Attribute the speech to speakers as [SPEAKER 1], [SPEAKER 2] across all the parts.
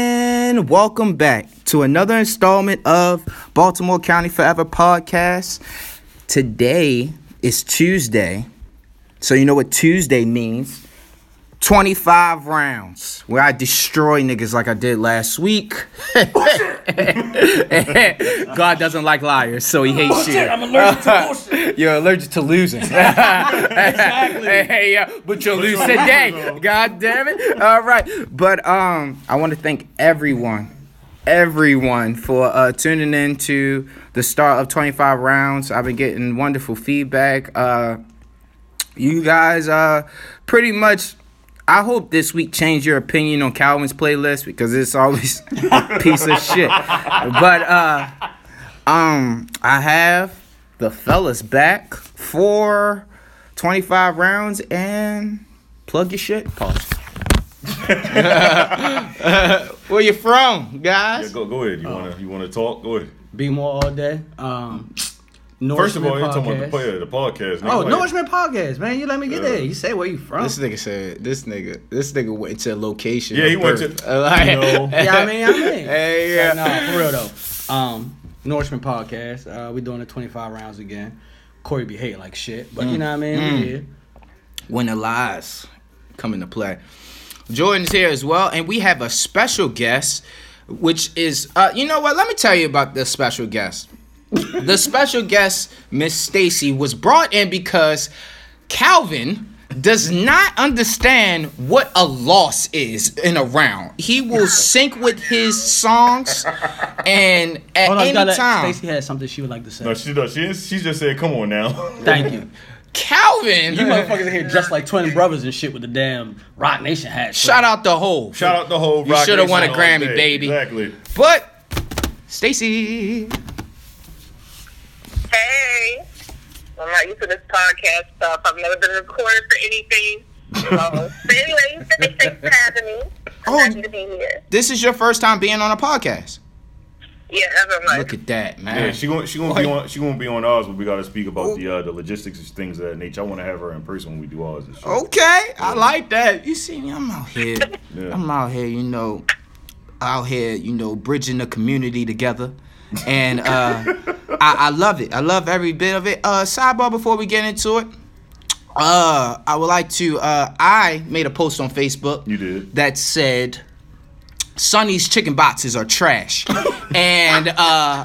[SPEAKER 1] and welcome back to another installment of Baltimore County Forever podcast. Today is Tuesday, so you know what Tuesday means 25 rounds where I destroy niggas like I did last week. God doesn't like liars, so he hates you.
[SPEAKER 2] I'm allergic to bullshit.
[SPEAKER 1] You're allergic to losing. exactly. Hey, hey, yeah, but you'll lose today. God damn it. All right. But um, I want to thank everyone, everyone for uh, tuning in to the start of 25 rounds. I've been getting wonderful feedback. Uh, you guys uh, pretty much. I hope this week changed your opinion on Calvin's playlist because it's always a piece of shit. But uh, um, I have the fellas back for 25 rounds and plug your shit. Pause. Where you from, guys?
[SPEAKER 3] Go, go ahead. You wanna you wanna talk? Go ahead.
[SPEAKER 2] Be more all day. Um,
[SPEAKER 3] First of
[SPEAKER 2] Norseman
[SPEAKER 3] all, you're talking about the
[SPEAKER 2] podcast.
[SPEAKER 3] player, the podcast. nigga,
[SPEAKER 2] Oh,
[SPEAKER 3] like,
[SPEAKER 2] Norseman podcast, man. You let me get
[SPEAKER 3] Yeah.
[SPEAKER 2] there. You say where you
[SPEAKER 4] Uh,
[SPEAKER 2] from.
[SPEAKER 4] This nigga said this nigga this nigga went to a location.
[SPEAKER 3] Yeah,
[SPEAKER 4] of
[SPEAKER 3] he went
[SPEAKER 4] birth.
[SPEAKER 3] to-
[SPEAKER 4] like,
[SPEAKER 2] yeah, I mean, I mean.
[SPEAKER 4] Hey, yeah.
[SPEAKER 2] Nah, nah, for real though. Um, Norseman podcast. Uh, we doing the 25 rounds again. Corey be hating like shit, but you know what I mean. We here.
[SPEAKER 1] When the lies come into play. Jordan's here as well, and we have a special guest, which is uh, you know what? Let me tell you about this special guest. the special guest, Miss Stacy, was brought in because Calvin does not understand what a loss is in a round. He will sync with his songs, and at
[SPEAKER 2] Hold on, you
[SPEAKER 1] any
[SPEAKER 2] gotta-
[SPEAKER 1] time,
[SPEAKER 2] Stacey had something she would like to say.
[SPEAKER 3] No, she no, she is- she just said, "Come on now."
[SPEAKER 2] Thank you.
[SPEAKER 1] Calvin.
[SPEAKER 2] You motherfuckers in here dressed like twin brothers and shit with the damn Rock Nation hat.
[SPEAKER 1] Shout out the whole.
[SPEAKER 3] Shout out the whole.
[SPEAKER 1] You
[SPEAKER 3] Rock
[SPEAKER 1] shoulda won a
[SPEAKER 3] Nation all
[SPEAKER 1] Grammy,
[SPEAKER 3] day.
[SPEAKER 1] baby.
[SPEAKER 3] Exactly.
[SPEAKER 1] But Stacy,
[SPEAKER 5] Hey, I'm not used to this podcast stuff. I've never been recorded for anything. So, but anyway, thanks thanks for having me. I'm
[SPEAKER 1] Oh.
[SPEAKER 5] happy to be here.
[SPEAKER 1] this is your first time being on a podcast.
[SPEAKER 5] Yeah, ever much.
[SPEAKER 1] Look at that, man.
[SPEAKER 3] Yeah, she gonna she gonna be on she gonna be on ours, but we gotta speak about the uh, the logistics and things of that nature. I want to have her in person when we do ours. And shit.
[SPEAKER 1] Oh, Okay, I like that. You see, me, I'm out here.
[SPEAKER 3] Yeah.
[SPEAKER 1] I'm out here, you know, out here, you know, bridging the community together. And uh, I, I love it. I love every bit of it. Uh, sidebar before we get into it. Uh, I would like to. Uh, I made a post on Facebook.
[SPEAKER 3] You did.
[SPEAKER 1] that said, Sonny's chicken boxes are trash. and uh,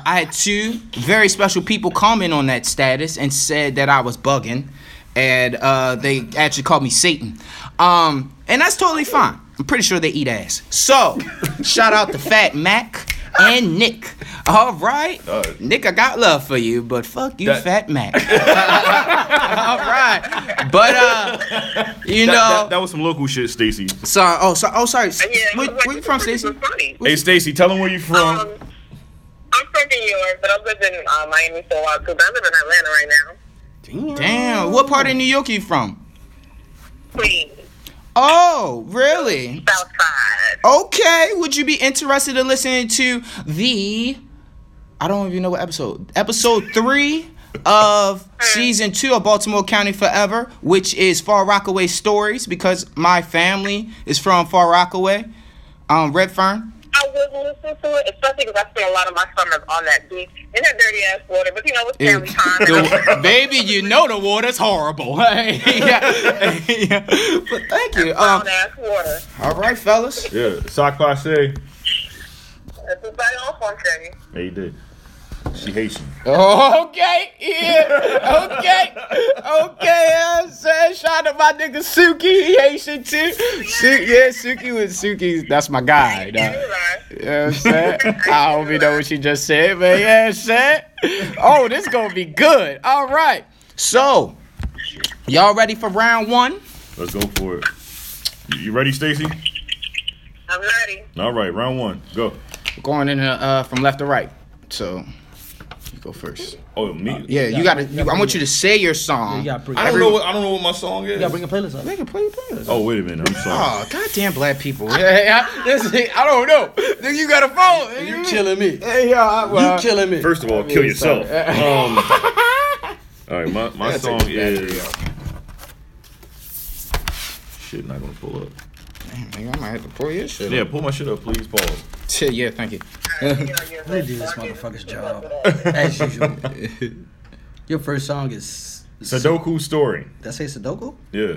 [SPEAKER 1] I had two very special people comment on that status and said that I was bugging. And uh, they actually called me Satan. Um, and that's totally fine. I'm pretty sure they eat ass. So, shout out to Fat Mac and Nick. All right.
[SPEAKER 3] All right.
[SPEAKER 1] Nick, I got love for you, but fuck you,
[SPEAKER 3] That-
[SPEAKER 1] Fat Mac. All right. But, uh, you
[SPEAKER 3] That,
[SPEAKER 1] know.
[SPEAKER 3] that, that was some local shit, Stacy.
[SPEAKER 1] Sorry. Oh, sorry. Oh, sorry.
[SPEAKER 5] yeah, I
[SPEAKER 1] where,
[SPEAKER 5] was like,
[SPEAKER 1] where you
[SPEAKER 5] this
[SPEAKER 1] from,
[SPEAKER 5] is
[SPEAKER 1] Stacey?
[SPEAKER 5] Funny.
[SPEAKER 3] Hey, Stacy, tell them where you from.
[SPEAKER 5] Um, I'm from New York, but I've lived in uh, Miami for a while too. But I live in Atlanta right now.
[SPEAKER 2] Damn.
[SPEAKER 1] Damn. What part of New York you from?
[SPEAKER 5] Queens,
[SPEAKER 1] Oh, really?
[SPEAKER 5] South Side.
[SPEAKER 1] Okay. Would you be interested in listening to the? I don't even know what episode. Episode three of season two of Baltimore County Forever, which is Far Rockaway stories, because my family is from Far Rockaway, um, Redfern.
[SPEAKER 5] I would listen to it, especially because I spend a lot of my summers on that beach in that dirty ass water. But you know, it's family time.
[SPEAKER 1] The- baby, you know the water's horrible. yeah. yeah. But thank you. Um,
[SPEAKER 5] Brown ass water.
[SPEAKER 1] all right, fellas.
[SPEAKER 3] yeah, sock passe.
[SPEAKER 5] That's what I off on today.
[SPEAKER 3] Hey, you did. She Haitian.
[SPEAKER 1] Okay, yeah, okay, okay. I said, shout out my nigga Suki, he Haitian too. Su- yeah, Suki was Suki. That's my guy.
[SPEAKER 5] Yeah,
[SPEAKER 1] dawg.
[SPEAKER 5] you're right.
[SPEAKER 1] You know what I'm saying? I don't even know what she just said, but yeah, said. Oh, this gonna be good. All right. So, y'all ready for round one?
[SPEAKER 3] Let's go for it. You, you ready, Stacy?
[SPEAKER 5] I'm ready.
[SPEAKER 3] All right, round one, go.
[SPEAKER 1] We're going in uh, uh, from left to right. So, you go first.
[SPEAKER 3] Oh, me.
[SPEAKER 1] Yeah, you gotta. You, I want you to say your song.
[SPEAKER 2] You gotta bring-
[SPEAKER 3] I don't know what I don't know what my song is.
[SPEAKER 2] You gotta bring a playlist up.
[SPEAKER 1] Nigga, play your playlist.
[SPEAKER 3] Oh, wait a minute. I'm sorry.
[SPEAKER 1] Oh, goddamn black people. Hey, I, this, I don't know. Nigga, you got a phone.
[SPEAKER 2] You killing me.
[SPEAKER 1] Hey, yeah, I, well,
[SPEAKER 2] You killing me.
[SPEAKER 3] First of all, kill yourself. Um, all right, my, my
[SPEAKER 1] That's
[SPEAKER 3] song
[SPEAKER 1] exactly
[SPEAKER 3] is. Shit, not gonna pull up.
[SPEAKER 1] Nigga, I might have to pull your shit.
[SPEAKER 3] Yeah, pull my shit up, please, Paul.
[SPEAKER 1] Shit, yeah, thank you.
[SPEAKER 5] All right, you know,
[SPEAKER 2] Let me do this motherfucker's job as usual. Your first song is
[SPEAKER 3] Sudoku story.
[SPEAKER 2] Did I say Sudoku?
[SPEAKER 3] Yeah.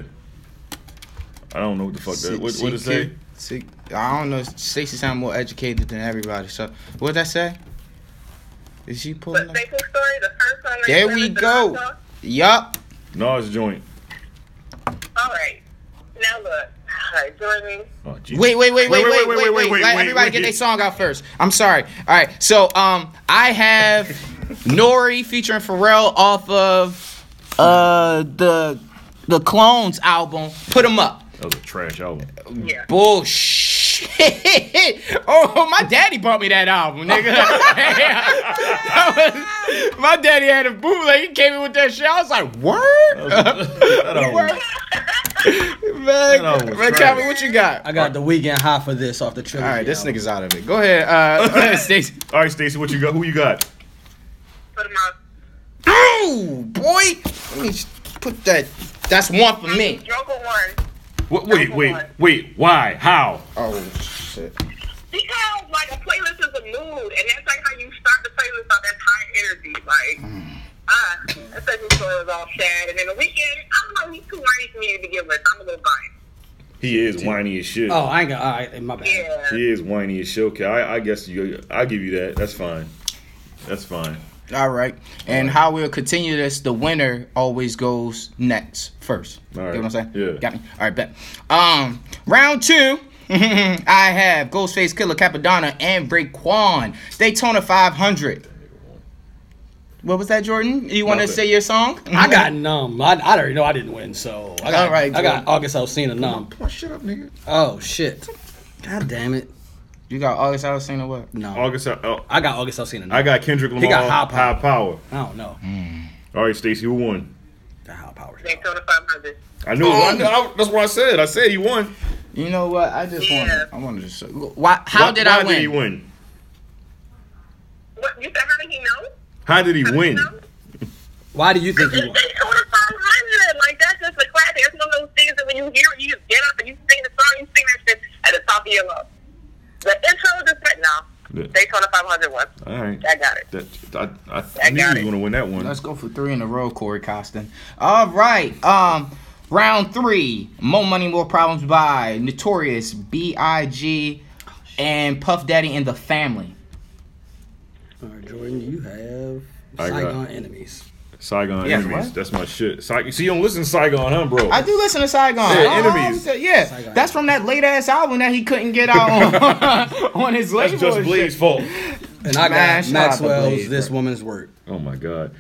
[SPEAKER 3] I don't know what the fuck that. What, what it say?
[SPEAKER 1] say? I don't know. Stacey sound more educated than everybody. So what that say? Is she
[SPEAKER 5] But
[SPEAKER 1] pulling? Up?
[SPEAKER 5] Staples story, the first one. that
[SPEAKER 1] There
[SPEAKER 5] you
[SPEAKER 1] we
[SPEAKER 5] ever
[SPEAKER 1] go.
[SPEAKER 5] did, also?
[SPEAKER 1] Yup.
[SPEAKER 3] Nas joint.
[SPEAKER 5] All right. Now look. All right, Jordan.
[SPEAKER 3] Oh, Jesus.
[SPEAKER 1] Wait, wait, wait,
[SPEAKER 3] Wait,
[SPEAKER 1] wait, wait,
[SPEAKER 3] wait, wait,
[SPEAKER 1] wait,
[SPEAKER 3] wait,
[SPEAKER 1] wait.
[SPEAKER 3] wait,
[SPEAKER 1] Let
[SPEAKER 3] wait,
[SPEAKER 1] everybody
[SPEAKER 3] wait.
[SPEAKER 1] get their song out first. I'm sorry. All right. So um, I have Nori featuring Pharrell off of uh the the Clones album. Put them up.
[SPEAKER 3] That was a trash album.
[SPEAKER 1] Mm.
[SPEAKER 5] Yeah.
[SPEAKER 1] Bullshit. Oh, my daddy bought me that album, nigga. That was- my daddy had a bootleg. He came in with that shit. I was like, word?
[SPEAKER 3] That album was- album
[SPEAKER 1] Man,
[SPEAKER 3] was
[SPEAKER 1] man
[SPEAKER 3] trash.
[SPEAKER 1] Calvin, what you got?
[SPEAKER 2] I got the weekend high for this off the trip.
[SPEAKER 1] All right, this nigga's out of it. Go ahead, uh, Stacey.
[SPEAKER 3] All right, Stacey, what you got? Who you got?
[SPEAKER 5] Put them out.
[SPEAKER 1] Oh, boy. Let me just put that. That's one for me.
[SPEAKER 5] Drunken one.
[SPEAKER 3] Wha- Wait, wait, wait. Why? How?
[SPEAKER 1] Oh, shit.
[SPEAKER 5] Because like a playlist is a mood, and that's like how you start the playlist on that high energy. Like,
[SPEAKER 1] Mm.
[SPEAKER 5] ah, that second story was all sad, and then the weekend, I don't know, he's too whiny for me to begin with. I'm a little biased.
[SPEAKER 3] He is whiny as shit.
[SPEAKER 2] Oh, I ain't got. All right, my bad.
[SPEAKER 5] Yeah.
[SPEAKER 3] He is whiny as shit. Okay, I, I guess you. I give you that. That's fine. That's fine.
[SPEAKER 1] All right. And how we'll continue this, the winner always goes next, first.
[SPEAKER 3] All
[SPEAKER 1] You know what I'm saying?
[SPEAKER 3] right. Yeah.
[SPEAKER 1] Got me. All right, bet. Um, round two. I have Ghostface Killer Capadonna and Raekwon. Daytona 500. What was that, Jordan? You want to
[SPEAKER 3] Nothing.
[SPEAKER 1] say your song?
[SPEAKER 2] I got numb. I, I already know I didn't win, so I got.
[SPEAKER 1] All right,
[SPEAKER 2] I got
[SPEAKER 1] Jordan.
[SPEAKER 2] August Alsina numb.
[SPEAKER 1] Oh, shut up, nigga.
[SPEAKER 2] Oh shit. God damn it.
[SPEAKER 1] You got August Alcina what?
[SPEAKER 2] No.
[SPEAKER 3] August. Oh,
[SPEAKER 2] I got August Alsina numb.
[SPEAKER 3] I got Kendrick Lamar.
[SPEAKER 2] He got high power.
[SPEAKER 3] High power.
[SPEAKER 2] I don't know.
[SPEAKER 3] All right, Stacey, who won?
[SPEAKER 2] The high power.
[SPEAKER 5] They told the 500.
[SPEAKER 3] I knew. I knew- I- that's what I said. I said you won.
[SPEAKER 1] You know what? I just
[SPEAKER 5] Yeah.
[SPEAKER 1] want. I want to just. Why? How
[SPEAKER 3] Why-
[SPEAKER 1] did
[SPEAKER 3] why
[SPEAKER 1] I
[SPEAKER 3] Did he
[SPEAKER 1] win?
[SPEAKER 3] win?
[SPEAKER 5] What, you said how did he know?
[SPEAKER 3] How did he win?
[SPEAKER 5] No?
[SPEAKER 2] Why do you think
[SPEAKER 5] They
[SPEAKER 2] you
[SPEAKER 5] told
[SPEAKER 2] won?
[SPEAKER 5] the 500. Like, that's just a classic. It's one of those things that when you hear it, you just get up and you sing the song, you sing that shit at the top of your lungs. The intro just right now.
[SPEAKER 3] Yeah.
[SPEAKER 5] They told the 500 one.
[SPEAKER 3] All right.
[SPEAKER 5] I got it.
[SPEAKER 3] That, I, I, I
[SPEAKER 5] I
[SPEAKER 3] knew
[SPEAKER 5] got
[SPEAKER 3] you
[SPEAKER 5] it.
[SPEAKER 3] were gonna win that one.
[SPEAKER 1] Let's go for three in a row, Corey Costin. All right. Um, round three. More money, more problems by Notorious B.I.G. and Puff Daddy and the Family.
[SPEAKER 2] All right, Jordan, you have
[SPEAKER 3] I got-
[SPEAKER 2] Saigon enemies.
[SPEAKER 3] Saigon
[SPEAKER 1] Yeah,
[SPEAKER 3] enemies.
[SPEAKER 1] what?
[SPEAKER 3] That's my shit. Saigon. See, you don't listen to Saigon, huh, bro?
[SPEAKER 1] I do listen to Saigon.
[SPEAKER 3] Yeah,
[SPEAKER 1] Oh, I
[SPEAKER 3] Enemies.
[SPEAKER 1] said- yeah,
[SPEAKER 2] Saigon.
[SPEAKER 1] that's from that late ass album that he couldn't get out on, on his label.
[SPEAKER 3] That's just
[SPEAKER 1] and shit.
[SPEAKER 3] Blade's fault.
[SPEAKER 2] And I
[SPEAKER 1] Man, shout out
[SPEAKER 2] got
[SPEAKER 1] to
[SPEAKER 2] Maxwell's
[SPEAKER 1] Blaze,
[SPEAKER 2] This Woman's Work.
[SPEAKER 3] Oh my god.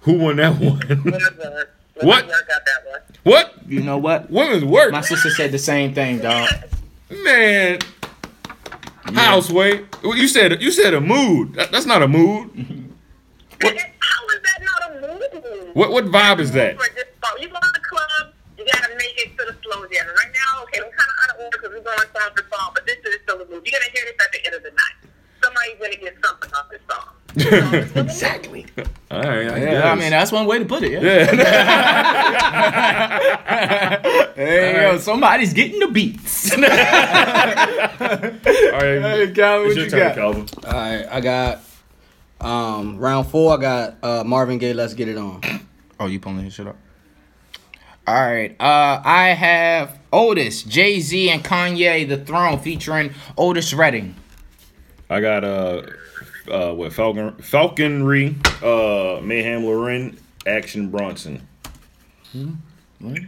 [SPEAKER 3] Who won that one? What?
[SPEAKER 5] What? I got that one.
[SPEAKER 3] what?
[SPEAKER 1] You know what?
[SPEAKER 3] Women's work.
[SPEAKER 1] My sister said the same thing, dog.
[SPEAKER 5] Uh,
[SPEAKER 3] Man. Houseway. You said you said a mood. That- that's not a mood.
[SPEAKER 5] How is that not a movie?
[SPEAKER 3] What what vibe is that?
[SPEAKER 5] You are just song- you go to the club, you gotta make it to the slow jam. And Right now, okay, I'm kind of out of order because we're going song for song, but this is still a move. You're gonna hear this at the end of the night. Somebody's gonna get something off this song.
[SPEAKER 1] Exactly.
[SPEAKER 3] All right. I
[SPEAKER 1] Yeah,
[SPEAKER 3] guess.
[SPEAKER 1] I mean that's one way to put it. Yeah. hey, yo, somebody's getting the beats.
[SPEAKER 3] All right.
[SPEAKER 1] Hey, Calvin,
[SPEAKER 3] it's
[SPEAKER 1] what
[SPEAKER 3] your
[SPEAKER 1] you
[SPEAKER 3] turn,
[SPEAKER 1] got?
[SPEAKER 3] Calvin.
[SPEAKER 2] All right, I got um round four. I got uh Marvin Gaye. Let's get it on.
[SPEAKER 1] Oh, you pulling his shit up? All right. Uh, I have Otis, Jay Z, and Kanye, The Throne, featuring Otis Redding.
[SPEAKER 3] I got uh uh what Falcon Falconry uh Mayhem Loren Action Bronson.
[SPEAKER 5] Um, I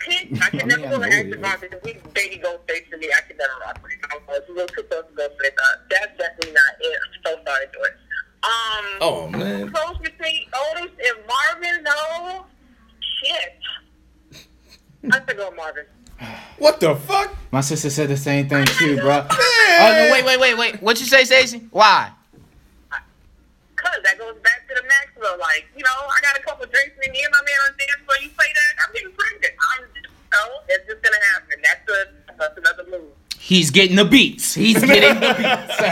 [SPEAKER 5] can't, I can never go to Action Bronson because he's baby Ghostface to me. I can never rock with him. I don't know, It's a little too close to Ghostface. Uh, that's definitely not it. I'm so sorry, George. Um,
[SPEAKER 3] Oh man.
[SPEAKER 5] close between Otis and Marvin, though. Shit. I have to go Marvin.
[SPEAKER 3] What the fuck?
[SPEAKER 1] My sister said the same thing too, bro. Oh, no, wait, wait, wait, wait. What you say, Stacey? Why?
[SPEAKER 5] Cause that goes back to the Maxwell. Like, you know, I got a couple drinks in me and my man on the dance floor. You play that, I'm getting pregnant. I'm just, no, that's just gonna happen. That's a, that's another move.
[SPEAKER 1] He's getting the beats. He's getting the beats.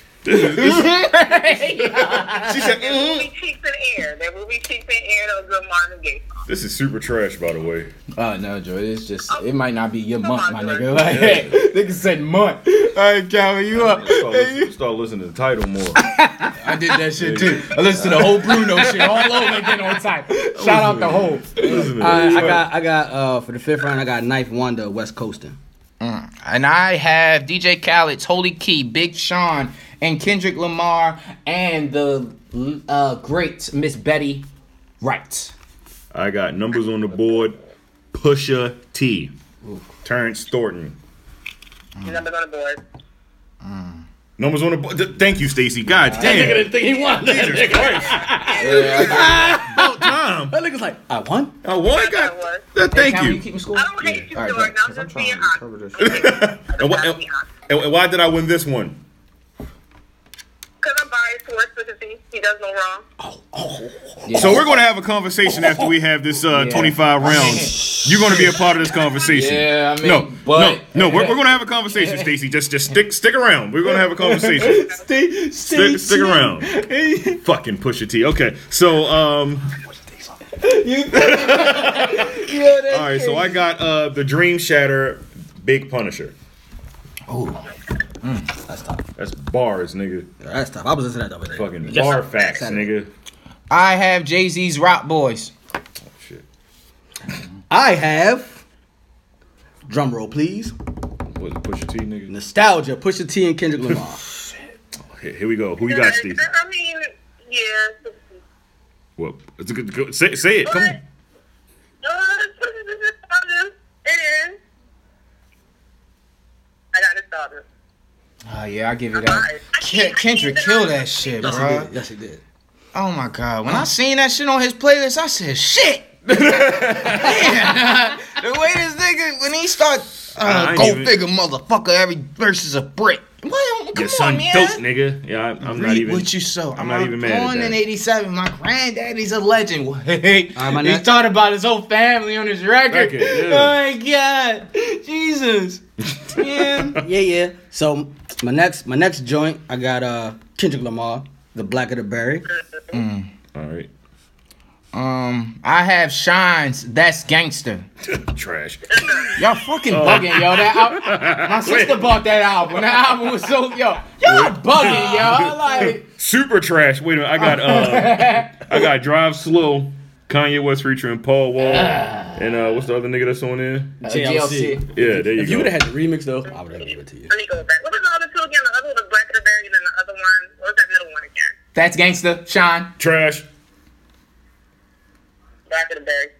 [SPEAKER 5] Mm-hmm. There will be cheeks in air. There will be cheeks in air. Those good Marvin Gaye songs.
[SPEAKER 3] This is super trash, by the way.
[SPEAKER 6] Oh no, Joy. It's just it might not be your
[SPEAKER 5] Come
[SPEAKER 6] month,
[SPEAKER 5] on,
[SPEAKER 6] my
[SPEAKER 5] Joy.
[SPEAKER 6] nigga. Like, nigga said month. All right, Calvin, you up?
[SPEAKER 3] Start, listen- start listening to the title more.
[SPEAKER 6] I did that shit too. I listened to the whole Bruno shit all over again on time. Shout out the whole.
[SPEAKER 3] Listen to
[SPEAKER 2] I,
[SPEAKER 3] the
[SPEAKER 2] I
[SPEAKER 3] title.
[SPEAKER 2] got, I got uh, for the fifth round, I got Knife Wonder, West Coasting.
[SPEAKER 1] And I have DJ Khaled's Holy Key, Big Sean, and Kendrick Lamar, and the uh, great Miss Betty Wright.
[SPEAKER 3] I got numbers on the board. Pusha T. Terrence Thornton.
[SPEAKER 5] Numbers on the board.
[SPEAKER 3] Numbers on the board. Th- thank you, Stacy. God damn.
[SPEAKER 2] think he won.
[SPEAKER 3] Jesus Christ. About time.
[SPEAKER 2] That nigga's like, I won.
[SPEAKER 3] I won.
[SPEAKER 5] That works.
[SPEAKER 3] God. th- Thank
[SPEAKER 1] Calvin,
[SPEAKER 3] you.
[SPEAKER 1] you keep me score?
[SPEAKER 5] I don't hate you,
[SPEAKER 1] All right,
[SPEAKER 5] Jordan.
[SPEAKER 1] bet,
[SPEAKER 5] I'm
[SPEAKER 1] 'cause I'm
[SPEAKER 5] just being
[SPEAKER 1] trying to
[SPEAKER 5] honest.
[SPEAKER 1] cover this.
[SPEAKER 3] And why, and- and- and why did I win this one?
[SPEAKER 5] Because I'm biased towards Pussy. He does no wrong.
[SPEAKER 3] So we're going to have a conversation after we have this uh, 25 rounds. You're going to be a part of this conversation.
[SPEAKER 1] Yeah, I mean,
[SPEAKER 3] no,
[SPEAKER 1] but-
[SPEAKER 3] no, no. We're, we're going to have a conversation, Stacy. Just, just stick, stick around. We're going to have a conversation.
[SPEAKER 2] Stay,
[SPEAKER 3] Stick, stick around. Fucking push your T. Okay, so um. All right, so I got uh the Dream Shatter, Big Punisher.
[SPEAKER 2] That's tough.
[SPEAKER 3] That's bars, nigga.
[SPEAKER 2] That's tough. I was listening to that the other day.
[SPEAKER 3] Fucking bar facts, nigga.
[SPEAKER 1] I have Jay Z's Rock Boys.
[SPEAKER 3] Shit.
[SPEAKER 2] I have, drum roll please,
[SPEAKER 3] Was it Pusha T, nigga?
[SPEAKER 2] Nostalgia, Pusha T and Kendrick Lamar.
[SPEAKER 3] Okay, here we go. Who you got,
[SPEAKER 5] Yeah,
[SPEAKER 3] Steve?
[SPEAKER 5] I mean, yeah.
[SPEAKER 3] What? It's a good. go- Say, say it. Come on.
[SPEAKER 5] But, uh, it is. I got nostalgia.
[SPEAKER 1] Oh yeah, I give you
[SPEAKER 5] I'm biased.
[SPEAKER 1] that.
[SPEAKER 5] I
[SPEAKER 1] Ken-
[SPEAKER 5] can't- I can't
[SPEAKER 1] Kendrick
[SPEAKER 5] deny
[SPEAKER 1] killed
[SPEAKER 5] it.
[SPEAKER 1] that shit,
[SPEAKER 2] yes, he
[SPEAKER 1] bro.
[SPEAKER 2] did. Yes, he did.
[SPEAKER 1] Oh my god, when I seen that shit on his playlist, I said, "Shit." Man, the way this nigga when he start
[SPEAKER 3] I
[SPEAKER 1] uh,
[SPEAKER 3] ain't
[SPEAKER 1] go
[SPEAKER 3] even-
[SPEAKER 1] figure motherfucker every verse is a brick. Well, come
[SPEAKER 3] Your son
[SPEAKER 1] on, man.
[SPEAKER 3] dope, nigga. Yeah, I, I'm not
[SPEAKER 1] Read
[SPEAKER 3] even.
[SPEAKER 1] what you sow.
[SPEAKER 3] I'm not even mad at
[SPEAKER 1] Born
[SPEAKER 3] that.
[SPEAKER 1] in '87, my granddaddy's a legend. Wait,
[SPEAKER 2] All right, my
[SPEAKER 1] he
[SPEAKER 2] next-
[SPEAKER 1] thought about his whole family on his record.
[SPEAKER 3] Record, yeah.
[SPEAKER 1] Oh my god, Jesus, man.
[SPEAKER 2] Yeah, yeah. So my next, my next joint, I got uh Kendrick Lamar, The Black of the Berry.
[SPEAKER 3] Mm.
[SPEAKER 1] Mm.
[SPEAKER 3] All right.
[SPEAKER 1] Um, I have shines. That's gangster.
[SPEAKER 3] Trash.
[SPEAKER 1] Y'all fucking bugging, yo. That al- my sister bought that album. That album was so yo. Y'all bugging, yo. Like
[SPEAKER 3] Super trash. Wait a minute. I got uh, I got drive slow. Kanye West featuring Paul Wall. And uh, what's the other nigga that's on there?
[SPEAKER 2] Uh,
[SPEAKER 1] TLC.
[SPEAKER 3] Yeah, there you
[SPEAKER 2] If
[SPEAKER 3] go.
[SPEAKER 2] you would have had the remix though, I would have given it to you.
[SPEAKER 5] Let me go back. What was the other two again? The other one was Black of the Berries and the other one, what was that middle one again?
[SPEAKER 1] That's gangster. Shine.
[SPEAKER 3] trash.
[SPEAKER 5] Black of the Berries.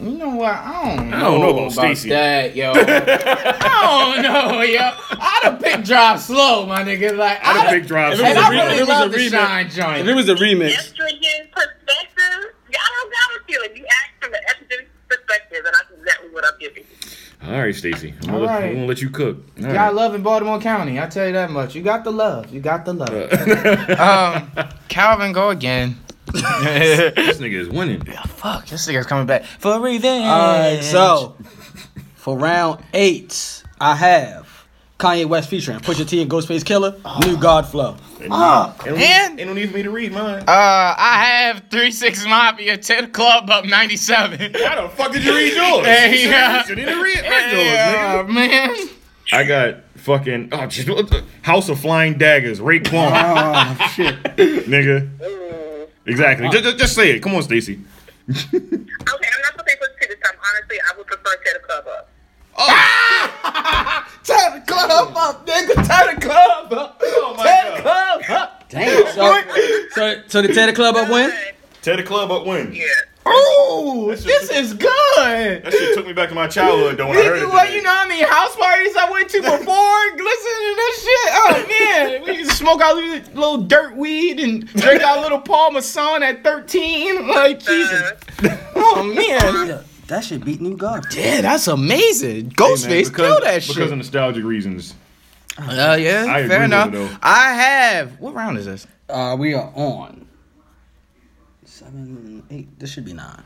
[SPEAKER 1] You know what? I don't know,
[SPEAKER 3] I don't know about Stacey.
[SPEAKER 1] that, yo. I don't know, yo. I'd have picked Drive Slow, my nigga. Like
[SPEAKER 3] I
[SPEAKER 1] I'd
[SPEAKER 3] done
[SPEAKER 1] have
[SPEAKER 3] picked drive
[SPEAKER 2] If it was
[SPEAKER 1] And
[SPEAKER 2] a
[SPEAKER 1] I
[SPEAKER 3] slow.
[SPEAKER 2] re- if
[SPEAKER 1] really
[SPEAKER 2] it was a
[SPEAKER 1] love the
[SPEAKER 2] remix-
[SPEAKER 1] Shine
[SPEAKER 2] If
[SPEAKER 1] joint.
[SPEAKER 2] it was a remix,
[SPEAKER 5] Estrogen perspective? I don't got a feeling. You asked from the estrogen perspective, and that's exactly what I'm giving. you.
[SPEAKER 3] All right, Stacy. I'm
[SPEAKER 1] All
[SPEAKER 3] gonna,
[SPEAKER 1] right.
[SPEAKER 3] I'm gonna let you cook. All
[SPEAKER 1] Y'all
[SPEAKER 3] right.
[SPEAKER 1] love in Baltimore County. I tell you that much. You got the love. You got the love.
[SPEAKER 3] this
[SPEAKER 1] Um, Calvin, go again.
[SPEAKER 3] nigga is winning.
[SPEAKER 1] Fuck, this nigga's coming back for revenge.
[SPEAKER 2] Alright, so for round eight, I have Kanye West featuring Pusha T and Ghostface Killer, New God Flow.
[SPEAKER 1] and-
[SPEAKER 3] it don't even need to read mine.
[SPEAKER 1] Uh, I have three six mafia ten club up ninety seven.
[SPEAKER 3] How the fuck did you read yours?
[SPEAKER 1] Hey, yeah.
[SPEAKER 3] You didn't read read yours,
[SPEAKER 1] Yeah,
[SPEAKER 3] nigga.
[SPEAKER 1] man.
[SPEAKER 3] I got fucking oh, shit, what the- House of Flying Daggers, Ray Kwan.
[SPEAKER 1] Oh,
[SPEAKER 3] shit, nigga. Exactly. Just, just say it. Come on, Stacy.
[SPEAKER 5] Okay, I'm not supposed to put two this time. Honestly, I would prefer Ted Club up.
[SPEAKER 1] Turn the club up, nigga. Turn the club up. Oh my
[SPEAKER 3] Turn
[SPEAKER 1] God. club up.
[SPEAKER 2] Damn. So, so, so the Teddy Club up win.
[SPEAKER 3] Teddy Club up win.
[SPEAKER 5] Yeah.
[SPEAKER 1] Ooh,
[SPEAKER 3] That shit-
[SPEAKER 1] this is good.
[SPEAKER 3] That shit took me back to my childhood though when I heard it.
[SPEAKER 1] Well,
[SPEAKER 3] today.
[SPEAKER 1] you know how many house parties I went to before listening to this shit? Oh, man. We used to smoke our little little dirt weed and drink our little Paul Masson at 13. Like, Jesus.
[SPEAKER 5] Uh,
[SPEAKER 3] Uh-huh.
[SPEAKER 1] Oh, man.
[SPEAKER 2] That should beat New God.
[SPEAKER 1] Yeah, that's amazing.
[SPEAKER 3] Man,
[SPEAKER 1] Ghostface,
[SPEAKER 3] because,
[SPEAKER 1] kill that
[SPEAKER 3] Because
[SPEAKER 1] shit.
[SPEAKER 3] of nostalgic reasons.
[SPEAKER 1] Uh, yeah,
[SPEAKER 3] I agree
[SPEAKER 1] fair
[SPEAKER 3] with
[SPEAKER 1] enough.
[SPEAKER 3] it, though.
[SPEAKER 1] I have. What round is this?
[SPEAKER 2] Uh, we are on seven, eight. This should be nine.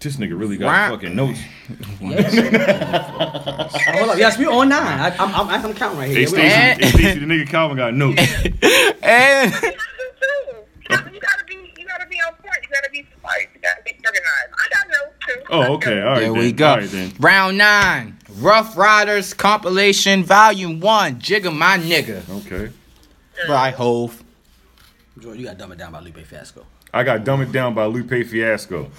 [SPEAKER 3] This nigga really got
[SPEAKER 1] Right.
[SPEAKER 3] fucking notes.
[SPEAKER 2] Oh, Hold up. Yes, we on nine. I, I'm, I'm, I'm counting right
[SPEAKER 3] Hey,
[SPEAKER 2] here.
[SPEAKER 3] Stacy,
[SPEAKER 2] Yeah,
[SPEAKER 1] at-
[SPEAKER 3] hey, Stacy, the nigga Calvin got notes.
[SPEAKER 1] And
[SPEAKER 5] I do too. You gotta be, you gotta be on point. You gotta be smart. You gotta be organized.
[SPEAKER 3] Oh, okay. All right.
[SPEAKER 1] There
[SPEAKER 3] then.
[SPEAKER 1] we go.
[SPEAKER 3] All right, then.
[SPEAKER 1] Round nine. Rough Riders compilation, volume one. Jigga my nigga.
[SPEAKER 3] Okay.
[SPEAKER 1] By Hove.
[SPEAKER 2] Jordan, you got to dumb it down by Lupe Fiasco.
[SPEAKER 3] I got Dumb It Down by Lupe Fiasco.